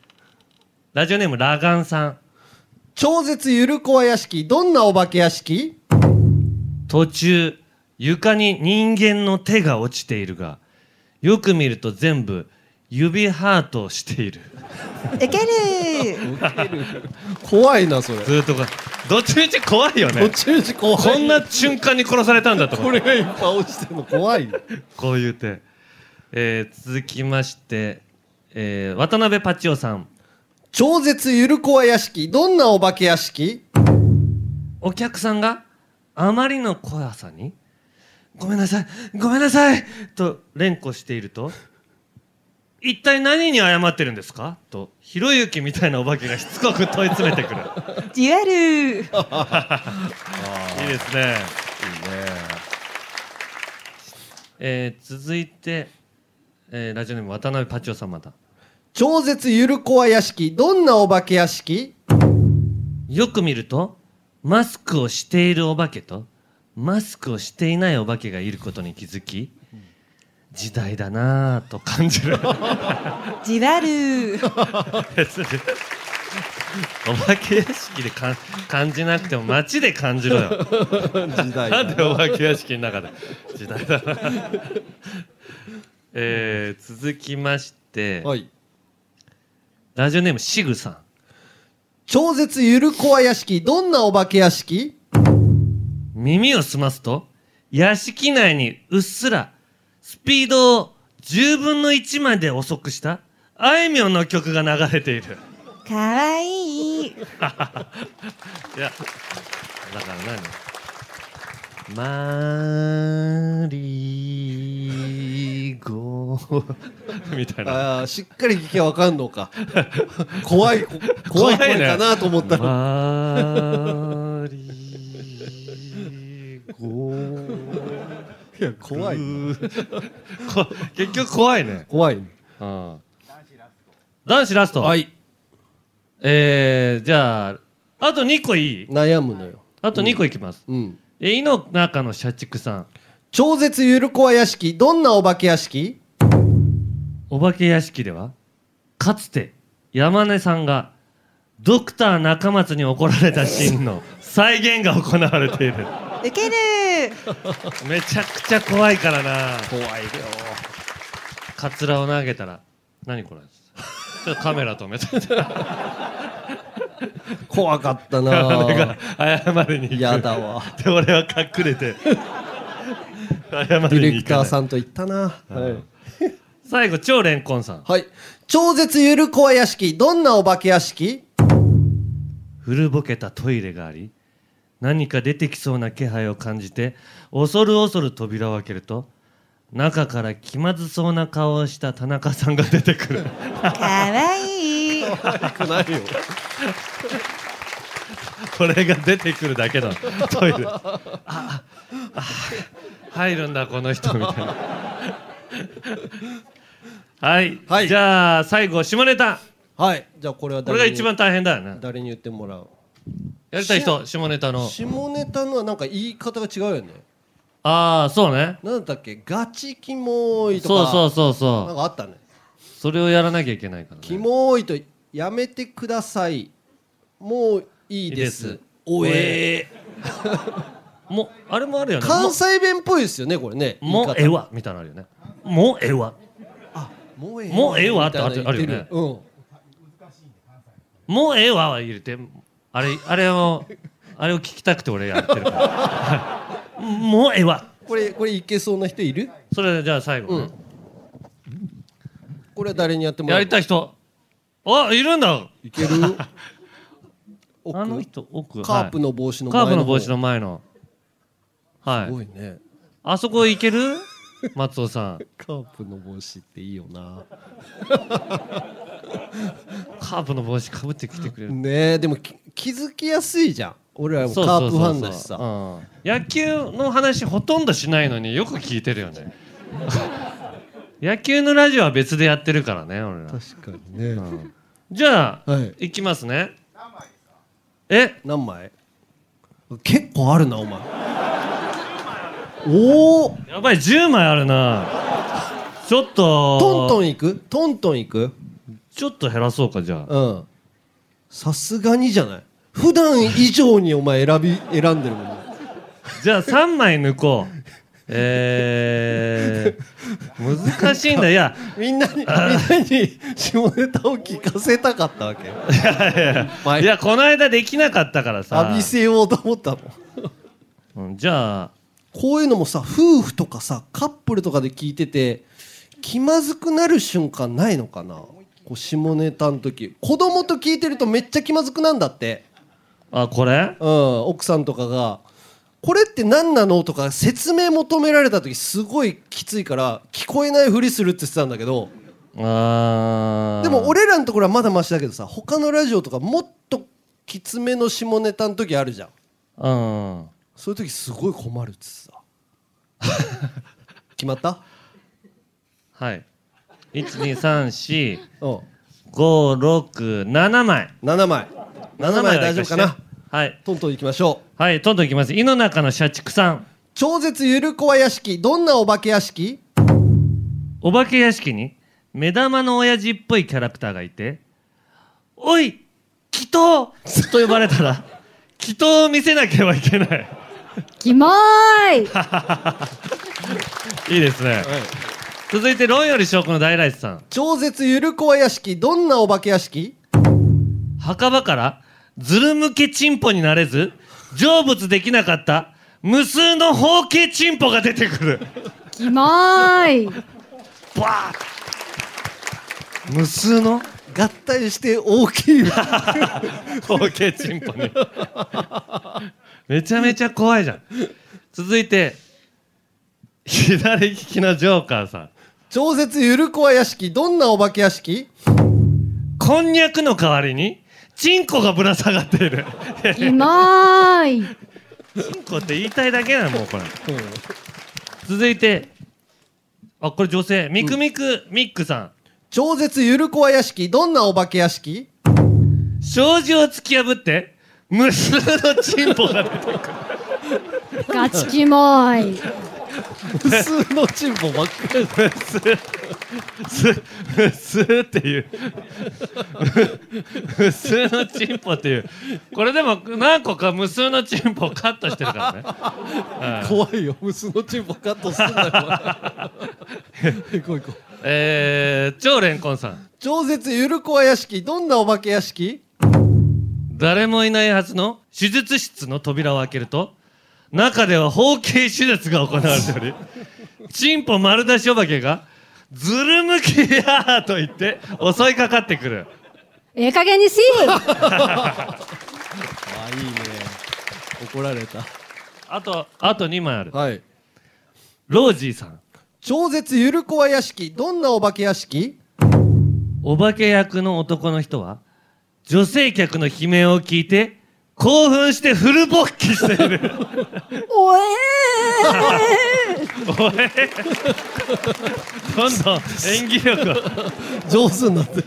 S9: ラジオネームラガンさん
S2: 超絶ゆるこわ屋敷どんなお化け屋敷
S9: 途中床に人間の手が落ちているがよく見ると全部指ハートをしている
S8: ウケる
S2: 怖いなそれ
S9: ずっとこどっちみち怖いよね
S2: どっちみち怖い
S9: こんな瞬間に殺されたんだと思
S2: こ
S9: う
S2: れがいっぱい落ちてるの怖い
S9: こういう手、えー続きまして、えー渡辺パチオさん
S2: 超絶ゆるこわ屋敷どんなお化け屋敷
S9: お客さんがあまりの怖さに「ごめんなさいごめんなさい!」と連呼していると「一体何に謝ってるんですか?」とひろゆきみたいなお化けがしつこく問い詰めてくる
S8: デュアル
S9: いいですねいいね、えー続いて、えーラジオネーム渡辺パチオさんまた
S2: 超絶ゆるこわ屋敷どんなお化け屋敷
S9: よく見るとマスクをしているお化けとマスクをしていないお化けがいることに気づき時代だなぁと感じる
S8: ジュアル
S9: 別に *laughs* お化け屋敷でかん感じなくても街で感じろよ
S2: 時代
S9: *laughs* なんでお化け屋敷の中で時代だな *laughs* えー続きまして、
S2: はい
S9: ラジオネームシグさん
S2: 超絶ゆるこわ屋敷どんなお化け屋敷
S9: 耳を澄ますと屋敷内にうっすらスピードを10分の1まで遅くしたあいみょんの曲が流れている
S8: かわいい
S9: いやだから何マリーゴー *laughs* みたいな
S2: あーしっかり聞きゃわかんのか *laughs* 怖いこ怖い声かなと思ったら、
S9: マリーゴー
S2: いや怖い
S9: *laughs* こ結局怖いね
S2: 怖いね
S9: うん男子ラスト
S2: はい
S9: えー、じゃああと2個いい
S2: 悩むのよ
S9: あと2個いきます、
S2: うん
S9: え井の中の社畜さん
S2: 超絶ゆるこわ屋敷どんなお化け屋敷
S9: お化け屋敷ではかつて山根さんがドクター中松に怒られたシーンの再現が行われている
S8: ウケる
S9: めちゃくちゃ怖いからな
S2: 怖いよ
S9: カツラを投げたら何これちょっとカメラ止めて
S2: 怖かった
S9: *laughs* 山根が
S2: *laughs* な
S9: 謝りに行く
S2: やだわ
S9: で俺は隠れて謝
S2: ディ
S9: り
S2: レ
S9: に行
S2: ク
S9: か
S2: ター
S9: ない
S2: さんと言ったな、はい
S9: 最後超レンコンさん
S2: はい。超絶ゆるこわ屋敷、どんなお化け屋敷
S9: 古ぼけたトイレがあり何か出てきそうな気配を感じて恐る恐る扉を開けると中から気まずそうな顔をした田中さんが出てくる *laughs*
S8: かわい
S2: ない
S8: い
S2: よ。
S9: これが出てくるだけの *laughs* トイレあああ入るんだこの人みたいな *laughs* はい、じゃあ最後下ネタ
S2: はいじゃあこれは
S9: これが一番大変だよね
S2: 誰に言ってもらう
S9: やりたい人下ネタの
S2: 下ネタのはなんか言い方が違うよね
S9: ああそうね
S2: なんだっけガチキモいと
S9: そう
S2: か
S9: そうそうそう
S2: なんかあったね
S9: それをやらなきゃいけないから
S2: キモいとやめてくださいもういいです
S9: いいですおえもうあれもあるよね
S2: 関西弁っぽいですよねこれね
S9: もうええわみたいなのあるよねもうええわ
S2: もうええわ
S9: もうええわってあ
S2: みたい
S9: る
S2: な
S9: あ
S2: の言っ
S9: る
S2: て
S9: よ
S2: る
S9: ねもうええわは入れてあれあれをあれを聞きたくて俺やってるから *laughs* もうええわ
S2: これこれいけそうな人いる
S9: それじゃあ最後ね、
S2: これは誰にやってもら
S9: や
S2: う
S9: りたい人あいるんだ
S2: い
S9: *laughs*
S2: ける
S9: あの人奥
S2: カープの帽子の
S9: 前
S2: 前の方
S9: のカープの帽子の前のはい
S2: すごいね
S9: あそこ行ける松尾さん
S2: カープの帽子っていいよな
S9: カープの帽子かぶってきてくれる
S2: ねえでもき気づきやすいじゃん俺らもカ
S9: そうそうそ
S2: ー
S9: うそ
S2: プ
S9: う
S2: ファンだしさ
S9: 野球の話ほとんどしないのによく聞いてる
S2: *laughs*
S9: よね野球のラジオは別でやってるからね俺ら
S2: 確かにね、
S9: うんじゃあ、、
S2: はい
S9: きますねえ
S2: 何枚結構あるなお前おお
S9: やばい10枚あるなちょっと
S2: トントンいくトントンいく
S9: ちょっと減らそうかじゃあ
S2: うんさすがにじゃない普段以上にお前選び選んでるもんね
S9: じゃあ3枚抜こうえー、難しいんだいや
S2: みんなにみんなに下ネタを聞かせたかったわけ
S9: いやいやいやこの間できなかったからさ
S2: 浴びせようと思ったの
S9: うんじゃあ
S2: こういうのもさ夫婦とかさカップルとかで聞いてて気まずくなる瞬間ないのかなこう下ネタの時子供と聞いてるとめっちゃ気まずくなんだって
S9: あこれ
S2: うん奥さんとかが「これって何なの?」とか説明求められた時すごいきついから聞こえないふりするって言ってたんだけど
S9: あー
S2: でも俺らのところはまだマシだけどさ他のラジオとかもっときつめの下ネタの時あるじゃん
S9: うん
S2: そういう時すごい困るっつってさ決まった
S9: はい
S2: う
S9: 1234567枚
S2: 7枚7枚大丈夫かな
S9: はい
S2: トントンいきましょ
S9: うはいトントンいきます井の中の社畜さん
S2: 超絶ゆるこわ屋敷どんなお化け屋敷
S9: お化け屋敷に目玉の親父っぽいキャラクターがいて「おい祈祷!」と呼ばれた
S2: *laughs*
S9: ら祈祷を見せなければいけない
S8: キモーい
S9: いいですね、続いて論より証拠の大ライスさん
S2: 超絶ゆるこわ屋敷どんなお化け屋敷
S9: 墓場からずる向けチンポになれず成仏できなかった無数の方形チンポが出てくる
S8: キモーい
S9: バー無数の
S2: 合体して大き *laughs* い
S9: 方形チンポにめちゃめちゃ怖いじゃん続いて左利きのジョーカーさん
S2: 超絶ゆるこわ屋敷どんなお化け屋敷
S9: こんにゃくの代わりにチンコがぶら下がっている
S8: キモーい
S9: チンコって言いたいだけなのもうこれ続いてあこれ女性ミクミクミックさん
S2: 超絶ゆるこわ屋敷どんなお化け屋敷
S9: 障子を突き破って無数のチンポが出てくる
S8: ガチキモーい
S2: 無数のチンポばっかり
S9: 無数っていう無数のチンポっていうこれでも何個か無数のチンポをカットしてるからね、うん
S2: 怖いよ無数のチンポカットすんな *laughs* よ行こう行こう
S9: えー、超レンコンさん
S2: 超絶ゆるこわ屋敷どんなお化け屋敷
S9: 誰もいないはずの手術室の扉を開けると中では包茎手術が行われておりチンポ丸出しお化けがズル向きやーと言って襲いかかってくる
S8: ええ加減にしい
S2: あいいね怒られた
S9: あとあと2枚あるロージーさん
S2: 超絶ゆるこわ屋敷どんなお化け屋敷
S9: お化け役の男の人は女性客の悲鳴を聞いて
S1: 興奮してフル勃起している *laughs*
S8: おえ
S1: おいどんどん演技力
S9: 上手になって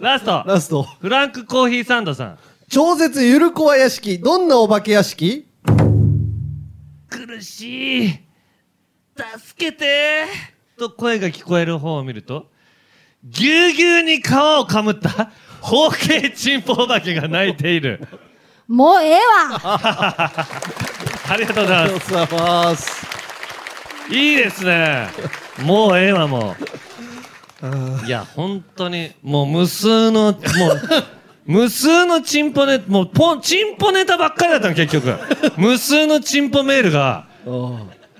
S1: ラスト
S9: ラスト
S1: フランクコーヒーサンドさん
S9: 超絶ゆるこわ屋敷どんなお化け屋敷
S1: 苦しい助けてと声が聞こえる方を見るとぎゅうぎゅうに皮をかむった方形チンポお化けが泣いている
S12: もうええわ
S1: ありがとうございます
S9: います
S1: いいですねもうええわもういや本当にもう無数のもう *laughs* 無数のチンポネもうポンチンポネタばっかりだったの結局無数のチンポメールが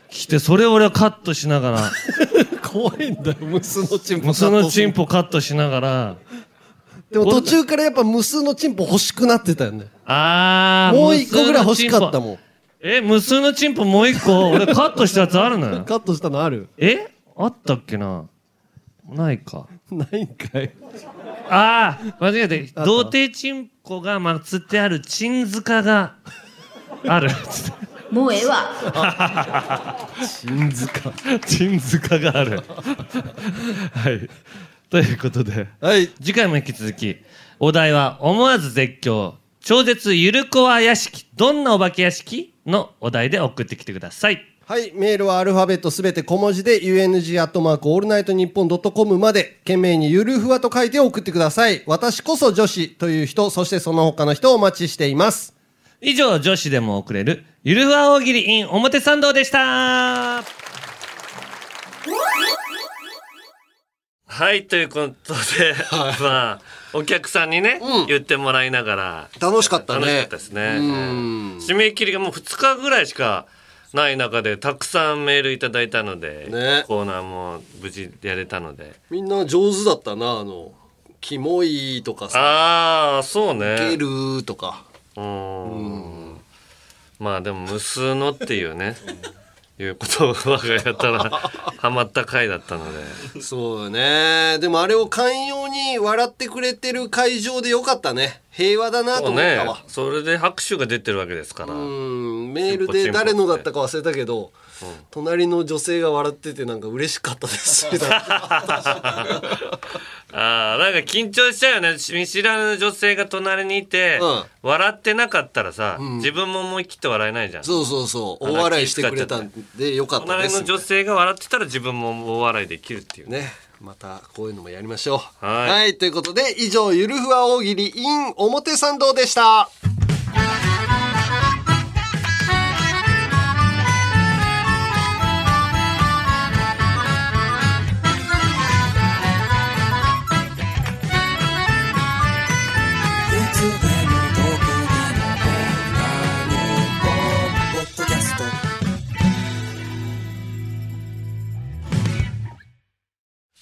S1: 来てそれを俺はカットしなが
S9: *laughs*
S1: ら
S9: 怖いんだよ無数のチンポ
S1: 無数のチンポカットしながら
S9: でも途中からやっぱ無数のチンポ欲しくなってたよね
S1: あー
S9: もう一個ぐらい欲しかったもん
S1: え無数のチンポもう一個俺カットしたやつあるのよ
S9: カットしたのある
S1: えあったっけなないか
S9: ないんかい
S1: ああ間違えて
S9: あった
S1: 童貞チンコが祀ってあるチン塚がある
S8: もうええわ
S1: チン塚チン塚があるはいということで、次回も引き続きお題は思わず絶叫超絶ゆるこわ屋敷どんなお化け屋敷のお題で送ってきてください
S9: はい、メールはアルファベットすべて小文字で UNG アットマークオールナイトニッポンドットコムまで懸命にゆるふわと書いて送ってください。私こそ女子という人、そしてその他の人をお待ちしています。
S1: 以上女子でも送れるゆるふわ大喜利 in 表参道でしたはいということで、まあお客さんにね、言ってもらいながら
S2: 楽しかったね
S1: 楽しかったですね
S2: うん
S1: 締め切りがもう2日ぐらいしかない中でたくさんメールいただいたので、コーナーも無事やれたので
S2: みんな上手だったなあの「キモい」とかさ
S1: ああそうね
S2: 「ゲル」とか
S1: うーんまあでも無数のっていうねいうことを我がやったら
S2: *laughs*
S1: ハマった回だったので
S2: そうねでもあれを寛容に笑ってくれてる会場でよかったね平和だなと
S1: そう
S2: 思った
S1: ね
S2: わ
S1: それで拍手が出てるわけですから
S2: うんメールで誰のだったか忘れたけど隣の女性が笑っててなんか嬉しかった
S1: *laughs*
S2: ですみたいな
S1: あーなんか緊張しちゃうよね見知らぬ女性が隣にいて、笑ってなかったらさ、自分も思い切って笑えないじゃん
S2: そうそうそう大笑いしてくれたんでよかったで
S1: 隣
S2: す
S1: の女性が笑ってたら自分も大笑いできるっていう
S2: ねまたこういうのもやりましょう
S1: はい
S2: はいということで以上「ゆるふわ大喜利 in 表参道」でした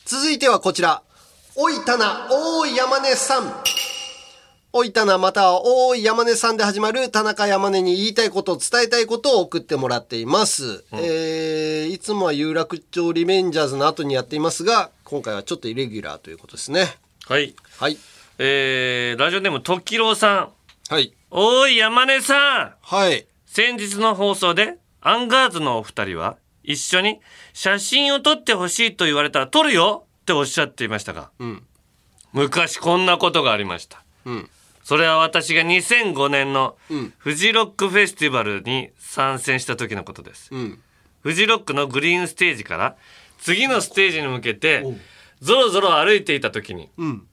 S2: 続いてはこちら。おいたな、おい山根さん。おいたなまたはおい山根さんで始まる田中山根に言いたいこと、伝えたいことを送ってもらっています。えー、いつもは有楽町リベンジャーズの後にやっていますが、今回はちょっとイレギュラーということですね。
S1: はい。
S2: はい。
S1: えー、ラジオネーム、ときろうさ
S2: ん。はい。
S1: おーい、山根さん。
S2: はい。
S1: 先日の放送で、アンガールズのお二人は、一緒に写真を撮ってほしいと言われたら撮るよっておっしゃっていましたが、
S2: うん。
S1: 昔こんなことがありました。
S2: うん。
S1: それは私が2005年の
S2: うん
S1: フジロックフェスティバルに参戦した時のことです。
S2: うん。
S1: フジロックのグリーンステージから次のステージに向けてぞろぞろ歩いていた時に
S2: うん。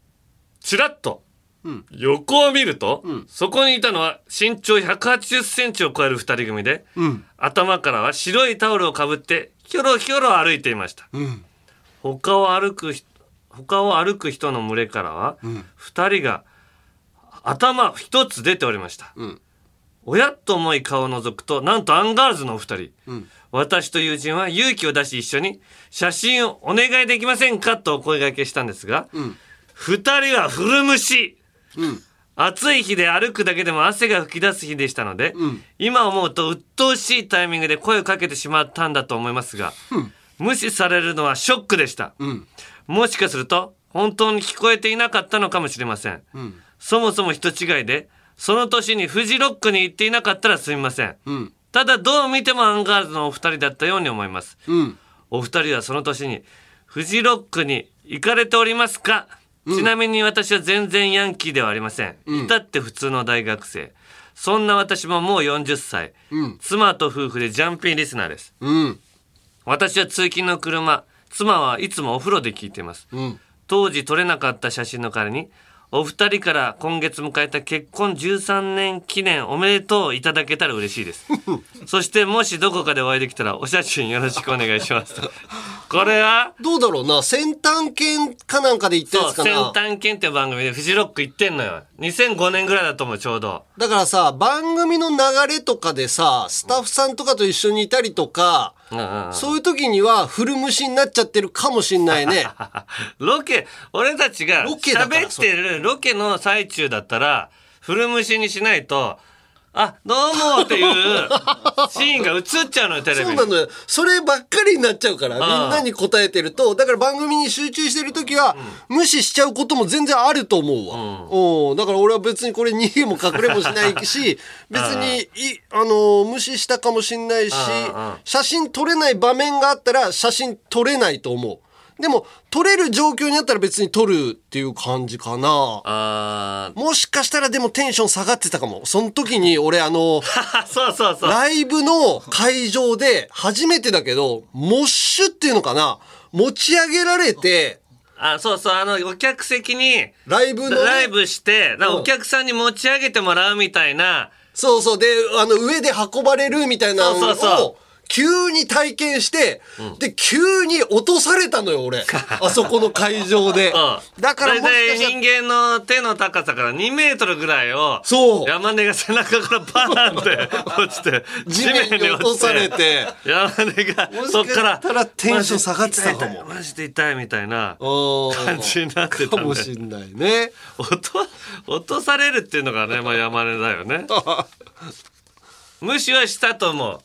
S1: ちらっと
S2: うん。
S1: 横を見ると、そこにいたのは身長180センチを超える二人組で
S2: うん。
S1: 頭からは白いタオルをかぶってひょろひょろ歩いていました
S2: うん。
S1: 他を歩く人他を歩く人の群れからは
S2: うん。
S1: 二人が頭一つ出ておりました
S2: うん。
S1: おやっと思い顔を覗くとなんとアンガールズのお二人
S2: うん。
S1: 私と友人は勇気を出し一緒に写真をお願いできませんかとお声掛けしたんですが、
S2: うん。
S1: 二人は古虫
S2: うん。
S1: 暑い日で歩くだけでも汗が噴き出す日でしたので、
S2: うん
S1: 今思うと鬱陶しいタイミングで声をかけてしまったんだと思いますが、
S2: うん
S1: 無視されるのはショックでした、
S2: うん。
S1: もしかすると本当に聞こえていなかったのかもしれません
S2: うん。
S1: そもそも人違いでその年にフジロックに行っていなかったらすみません、ただどう見てもアンガールズのお二人だったように思います、お二人はその年にフジロックに行かれておりますか、ちなみに私は全然ヤンキーではありません、
S9: うん
S1: 至って普通の大学生そんな私ももう40歳、
S9: うん
S1: 妻と夫婦でジャンピンリスナーです、
S2: うん
S1: 私は通勤の車妻はいつもお風呂で聞いています
S2: うん
S1: 当時撮れなかった写真の代わりにお二人から今月迎えた結婚13年記念おめでとういただけたら嬉しい
S2: *laughs*
S1: ですそしてもしどこかでお会いできたらお写真よろしくお願いします
S2: *laughs*
S1: これは
S2: どうだろうな先端犬かなんかで言ったや
S1: そう
S2: つか
S1: 先
S2: な
S1: 端犬っていう番組でフジロック行ってんのよ2005年ぐらいだと思うちょうど
S2: だからさ番組の流れとかでさスタッフさんとかと一緒にいたりとか、そういう時には古虫になっちゃってるかもしんないね
S1: ロケ俺たちが喋ってるロケの最中だったら古虫にしないと「あどうも」って
S2: *laughs*
S1: いうシーンが映っちゃうのよテレビ
S2: そう
S1: に
S2: なのよそればっかりになっちゃうからみん
S1: ああ
S2: なに答えてるとだから番組に集中してる時は、無視しちゃうことも全然あると思うわ、うん、だから俺は別にこれ逃げも隠れもしないし別にいあのー無視したかもしんないし
S9: ああ
S2: 写真撮れない場面があったら写真撮れないと思うでも撮れる状況になったら別に撮るっていう感じかなもしかしたらでもテンション下がってたかもその時に俺あの
S1: *laughs* そうそうそう
S2: ライブの会場で初めてだけどモッシュっていうのかな持ち上げられて
S1: あそうそうあのお客席に
S2: ライブのね
S1: ライブしてなんか
S2: うん
S1: お客さんに持ち上げてもらうみたいな、
S2: そうそうであの上で運ばれるみたいなの
S1: そ
S2: を
S1: うそうそ
S2: 急に体験して、で急に落とされたのよ
S1: *laughs*
S2: 俺あそこの会場でだか
S1: 大
S2: らもしか
S1: 体
S2: したら
S1: 人間の手の高さから2メートルぐらいを山根が背中からバーンって落ちて
S2: 地面に落とされて
S1: 山根がそっから
S2: たらテンション下がってたかも
S1: マジで痛いみたいな
S2: 感
S1: じになってたん
S2: かもしんない
S1: *laughs*
S2: ね
S1: 落と落とされるっていうのがね、まあ、山根だよね無視はしたと思う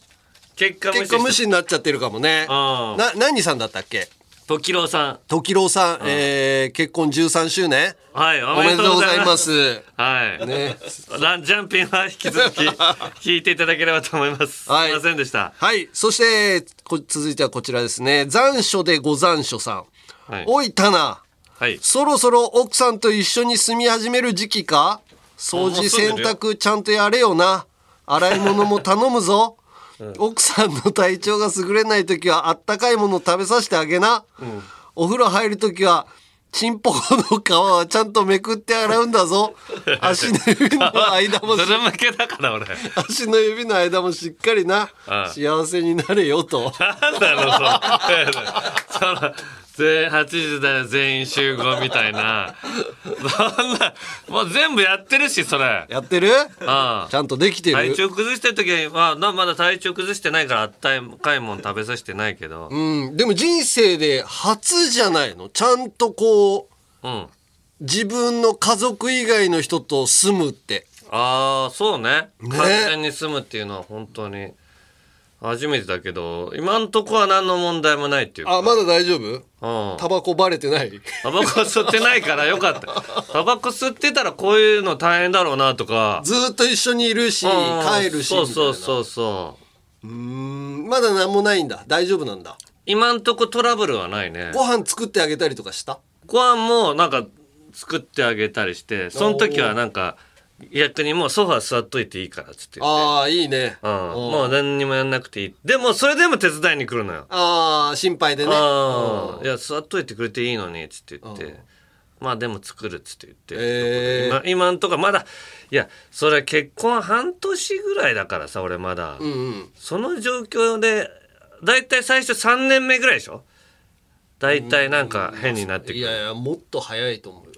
S1: 結果無視
S2: 結果無視になっちゃってるかもね
S1: うん
S2: な何さんだったっけ
S1: 時郎さん
S2: 時郎さん、えー結婚13周年
S1: はい
S2: おめでとうございますす
S1: はい。
S2: ね
S1: ランジャンピンは引き続き
S2: *laughs*
S1: 聞いていただければと思います。はい。すいませんでした。
S2: はいそしてこ続いてはこちらですね残暑でご残暑さん、
S1: はい
S2: おいタナ、
S1: はい、
S2: そろそろ奥さんと一緒に住み始める時期か掃
S9: あも
S2: 除
S9: う住
S2: 洗
S9: んでるよ
S2: 濯ちゃんとやれよな洗い物も頼むぞ
S9: うん
S2: 奥さんの体調が優れない時はあったかいもの食べさせてあげな
S9: うん
S2: お風呂入るときは、チンポコの皮はちゃんとめくって洗うんだぞ。足の指の間も、
S1: ずる向けだから俺。
S2: 足の指の間もしっかりな
S1: ああ、
S2: 幸せになれよと。
S1: なんだろうそのその全80代全員集合みたいなそんなもう全部やってるしそれ
S2: やってる
S1: ああ
S2: ちゃんとできてる
S1: 体調崩してる時は、まあな、まだ体調崩してないからあったかいもん食べさせてないけど、
S2: うん、でも人生で初じゃないのちゃんとこ
S1: う、
S2: 自分の家族以外の人と住むって。
S1: ああそうね完全に住むっていうのは本当に初めてだけど今んとこは何の問題もないっていうか
S2: あ、まだ大丈夫
S1: うん
S2: タバコバレてない
S1: タバコ吸ってないからよかったタバコ吸ってたらこういうの大変だろうなとか
S2: *laughs* ずーっと一緒にいるし、
S1: うん
S2: 帰るし。。
S1: そうそうそうそう
S2: うん、まだ何もないんだ。大丈夫なんだ。
S1: 今んとこトラブルはないね
S2: ご飯作ってあげたりとかした
S1: ご飯もなんか作ってあげたりしてその時はなんか逆にもうソファー座っといていいからっつって言って
S2: ああ、いいね。
S1: うん、もう何にもやんなくていいでもそれでも手伝いに来るのよ
S2: ああ、心配でね。
S1: うんいや座っといてくれていいのにっつって言ってまあでも作るっつって言って、まあ今んとこまだいやそれ結婚半年ぐらいだからさ俺まだ、
S2: うんうん。
S1: その状況でだいたい最初3年目ぐらいでしょだいたいなんか変になってくる
S2: いやいや、もっと早いと思うよ。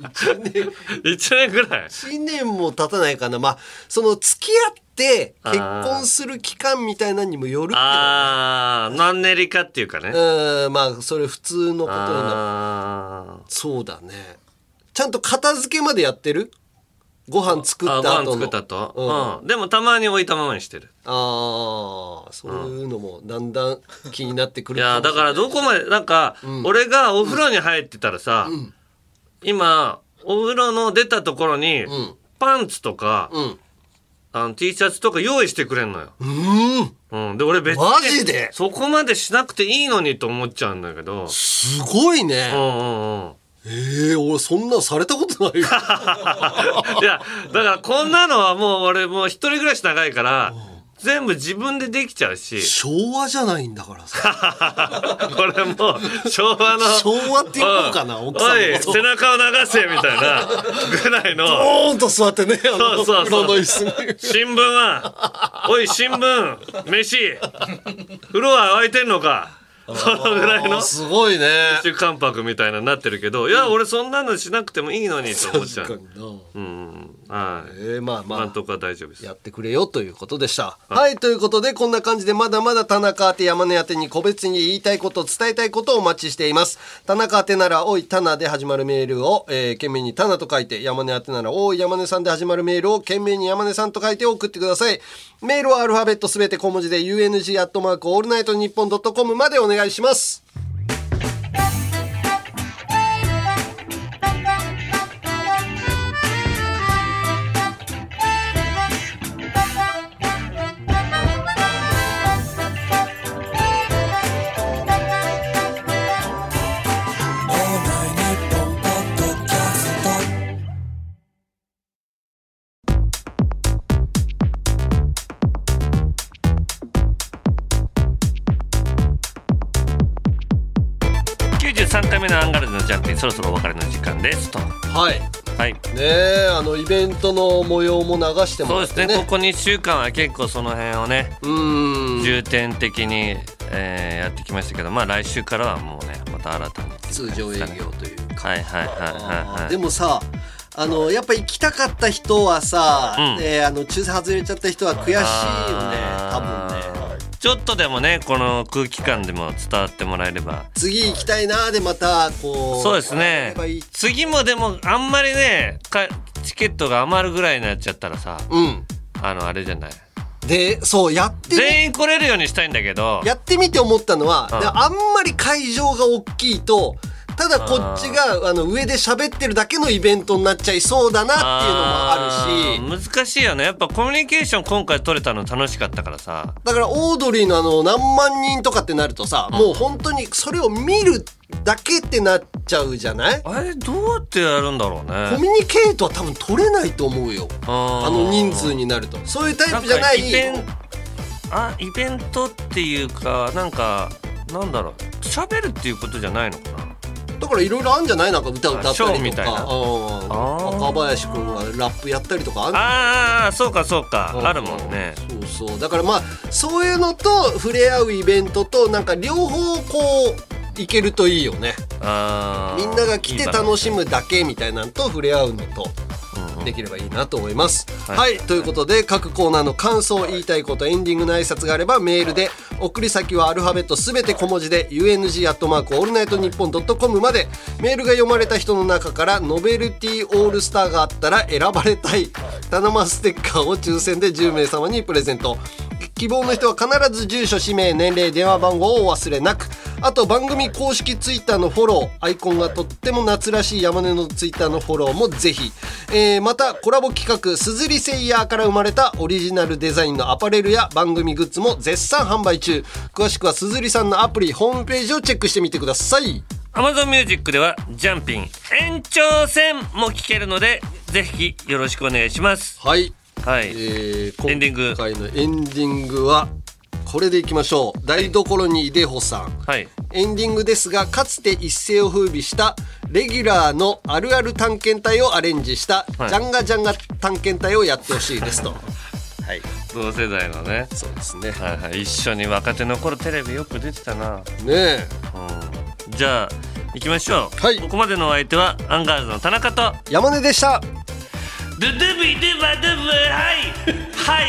S1: 1年ぐ
S2: *laughs*
S1: らい
S2: 1年も経たないかな。まあ、その付き合って
S1: あー
S2: 結婚する期間みたいなのにもよるけ
S1: ああマンネリ化っていうかね
S2: ど。うん、まあ、それ普通のことになる。
S1: あ
S2: そうだね。ちゃんと片付けまでやってるご飯作
S1: ー
S2: っ
S1: あご
S2: た
S1: 飯
S2: 後
S1: 作
S2: の
S1: った。と、
S2: う
S1: うんんでもたまに置いたままにしてる
S2: ああ、そういうのもだんだん気になってく
S1: い
S2: る
S1: やだからどこまでなんか、俺がお風呂に入ってたらさ、今お風呂の出たところに、パンツとか、あの T シャツとか用意してくれんのよ。うん。で、俺別に、
S2: マジで
S1: そこまでしなくていいのにと思っちゃうんだけど。
S2: すごいね。
S1: え
S2: え俺そんなされたこ
S1: *laughs*
S2: とないよ。
S1: いや、だからこんなのはもう俺もう一人暮らし長いから、全部自分でできちゃうし。
S2: 昭和じゃないんだからさ。
S1: 俺もう昭和の。
S2: 昭和って言おうかな、
S1: ん
S2: 奥さん
S1: お
S2: の
S1: い、
S2: こと。
S1: 背中を流せみたいなぐらいの。
S2: ドーンと座ってね、あ
S1: そ
S2: の、
S1: うそう
S2: 風
S1: そ
S2: 呂の
S1: う。
S2: 椅子
S1: 新
S2: に。
S1: 聞は、おい、新聞、飯、風呂は沸いてんのか。そのぐらいの。
S2: すごいね。
S1: 週関白みたいなのになってるけど、いや、俺そんなのしなくてもいいの *laughs* にと思っちゃう。うん。はい。
S2: えまあまあ。
S1: 監督は大丈夫です。
S2: やってくれよということでした。はい、ということで、こんな感じで、まだまだ田中宛て山根宛てに個別に言いたいこと、伝えたいことをお待ちしています。田中宛てなら、おい、田名で始まるメールを、えー、懸命に田名と書いて、山根宛てなら、おい、山根さんで始まるメールを、懸命に山根さんと書いて送ってください。メールはアルファベットすべて小文字で、UNG アットマークオールナイトニッポンドットコムまでお願いします。
S1: 93回目のアンガールズのジャンピン、そろそろお別れの時間ですと。
S2: はい。
S1: はい。
S2: ねえ、あの、イベントの模様も流しても
S1: そう
S2: ら
S1: で
S2: っ
S1: す
S2: て
S1: ね
S2: ね。
S1: ここ2週間は結構その辺をね重点的に、えーやってきましたけどまあ来週からはもうねまた新たに
S2: 通常営業という
S1: かはいはいはいはいはい
S2: でもさあのやっぱ行きたかった人はさ、
S1: うん
S2: えーあの抽選外れちゃった人は悔しいよね多分
S1: ね
S2: ね
S1: ちょっとでもねこの空気感でも伝わってもらえれば
S2: 次行きたいなーでまたこう
S1: そうですね次もでもあんまりねかチケットが余るぐらいになっちゃったらさ、あのあれじゃない
S2: でそうやって
S1: 全員来れるようにしたいんだけど
S2: やってみて思ったのは、
S1: うん
S2: であんまり会場が大きいとただこっちがあの上で喋ってるだけのイベントになっちゃいそうだなっていうのもあるし
S1: るし難しいよねやっぱコミュニケーション今回取れたの楽しかったからさ
S2: だからオードリーのあの何万人とかってなるとさ、もう本当にそれを見るだけってなっちゃうじゃない
S1: あれどうやってやるんだろうね
S2: コミュニケートは多分取れないと思うよ
S1: あ
S2: あの人数になるとそういうタイプじゃない
S1: んかイベンあイベントっていうかなんかなんだろう喋るっていうことじゃないのかな
S2: だからいろいろあるんじゃないなんか歌歌ったり
S1: ショー
S2: と
S1: みたいな
S2: かうん若林君がラップやったりとかある
S1: ああそうかそうかあるもんね
S2: そうそうだからまあそういうのと触れ合うイベントとなんか両方こういけるといいよね
S1: あー
S2: みんなが来て楽しむだけみたいなのと触れ合うのと
S1: うんうん
S2: できればいいなと思います。
S1: はい
S2: はい、ということで各コーナーの感想言いたいことエンディングの挨拶があればメールで送り先はアルファベットすべて小文字で UNG アットマークオールナイトニッポンドットコムまでメールが読まれた人の中からノベルティオールスターがあったら選ばれたいタナマステッカーを抽選で10名様にプレゼント希望の人は必ず住所氏名年齢電話番号をお忘れなくあと番組公式ツイッターのフォローアイコンがとっても夏らしい山根のツイッターのフォローもぜひ、えーまたコラボ企画「すずりセイヤー」から生まれたオリジナルデザインのアパレルや番組グッズも絶賛販売中詳しくはすずりさんのアプリホームページをチェックしてみてください
S1: Amazon Music ではジャンピン延長戦も聞けるのでぜひよろしくお願いします
S2: はい
S1: はい、
S2: エンディング今回のエンディングはこれでいきましょう台所にいでほさん、
S1: はい、
S2: エンディングですがかつて一世を風靡したレギュラーのあるある探検隊をアレンジした、
S1: はい
S2: ジャンガジャンガ探検隊をやってほしいですと
S1: はい、同世代のね
S2: *laughs* そうですね、
S1: はいはい、一緒に若手の頃テレビよく出てたな
S2: ねえ、
S1: うん、じゃあ行きましょう、はい、ここまでのお相手はアンガールズの田中と
S2: 山根でした
S1: ドゥドゥビドゥバドゥブはいはい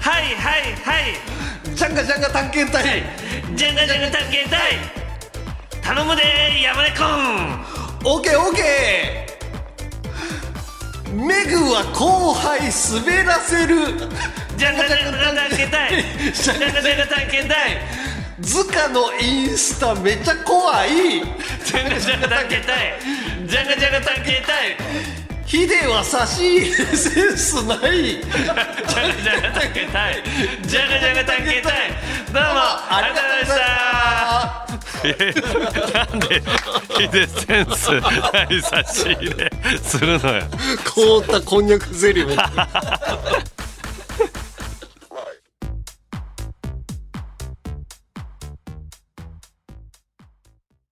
S1: はいはいはい
S2: ジャンガジャンガ探検隊
S1: ジャンガジャンガ探検隊頼むで山根くん
S2: オッケーオッケーメグは後輩滑らせる
S1: ージャンガジャンガ探検隊ジャンガジャンガ探検隊
S2: ズカのインスタめちゃ怖い
S1: ジャンガジャンガ探検隊ジャンガジャンガ探検隊
S2: ヒデは差し入れセンスない
S9: *laughs* じゃがじゃがたけたいじゃがじゃがたけたいどうもありがとうございました
S1: なんでヒデセンスない差し入れするのよ
S2: 凍ったこんにゃくゼリーも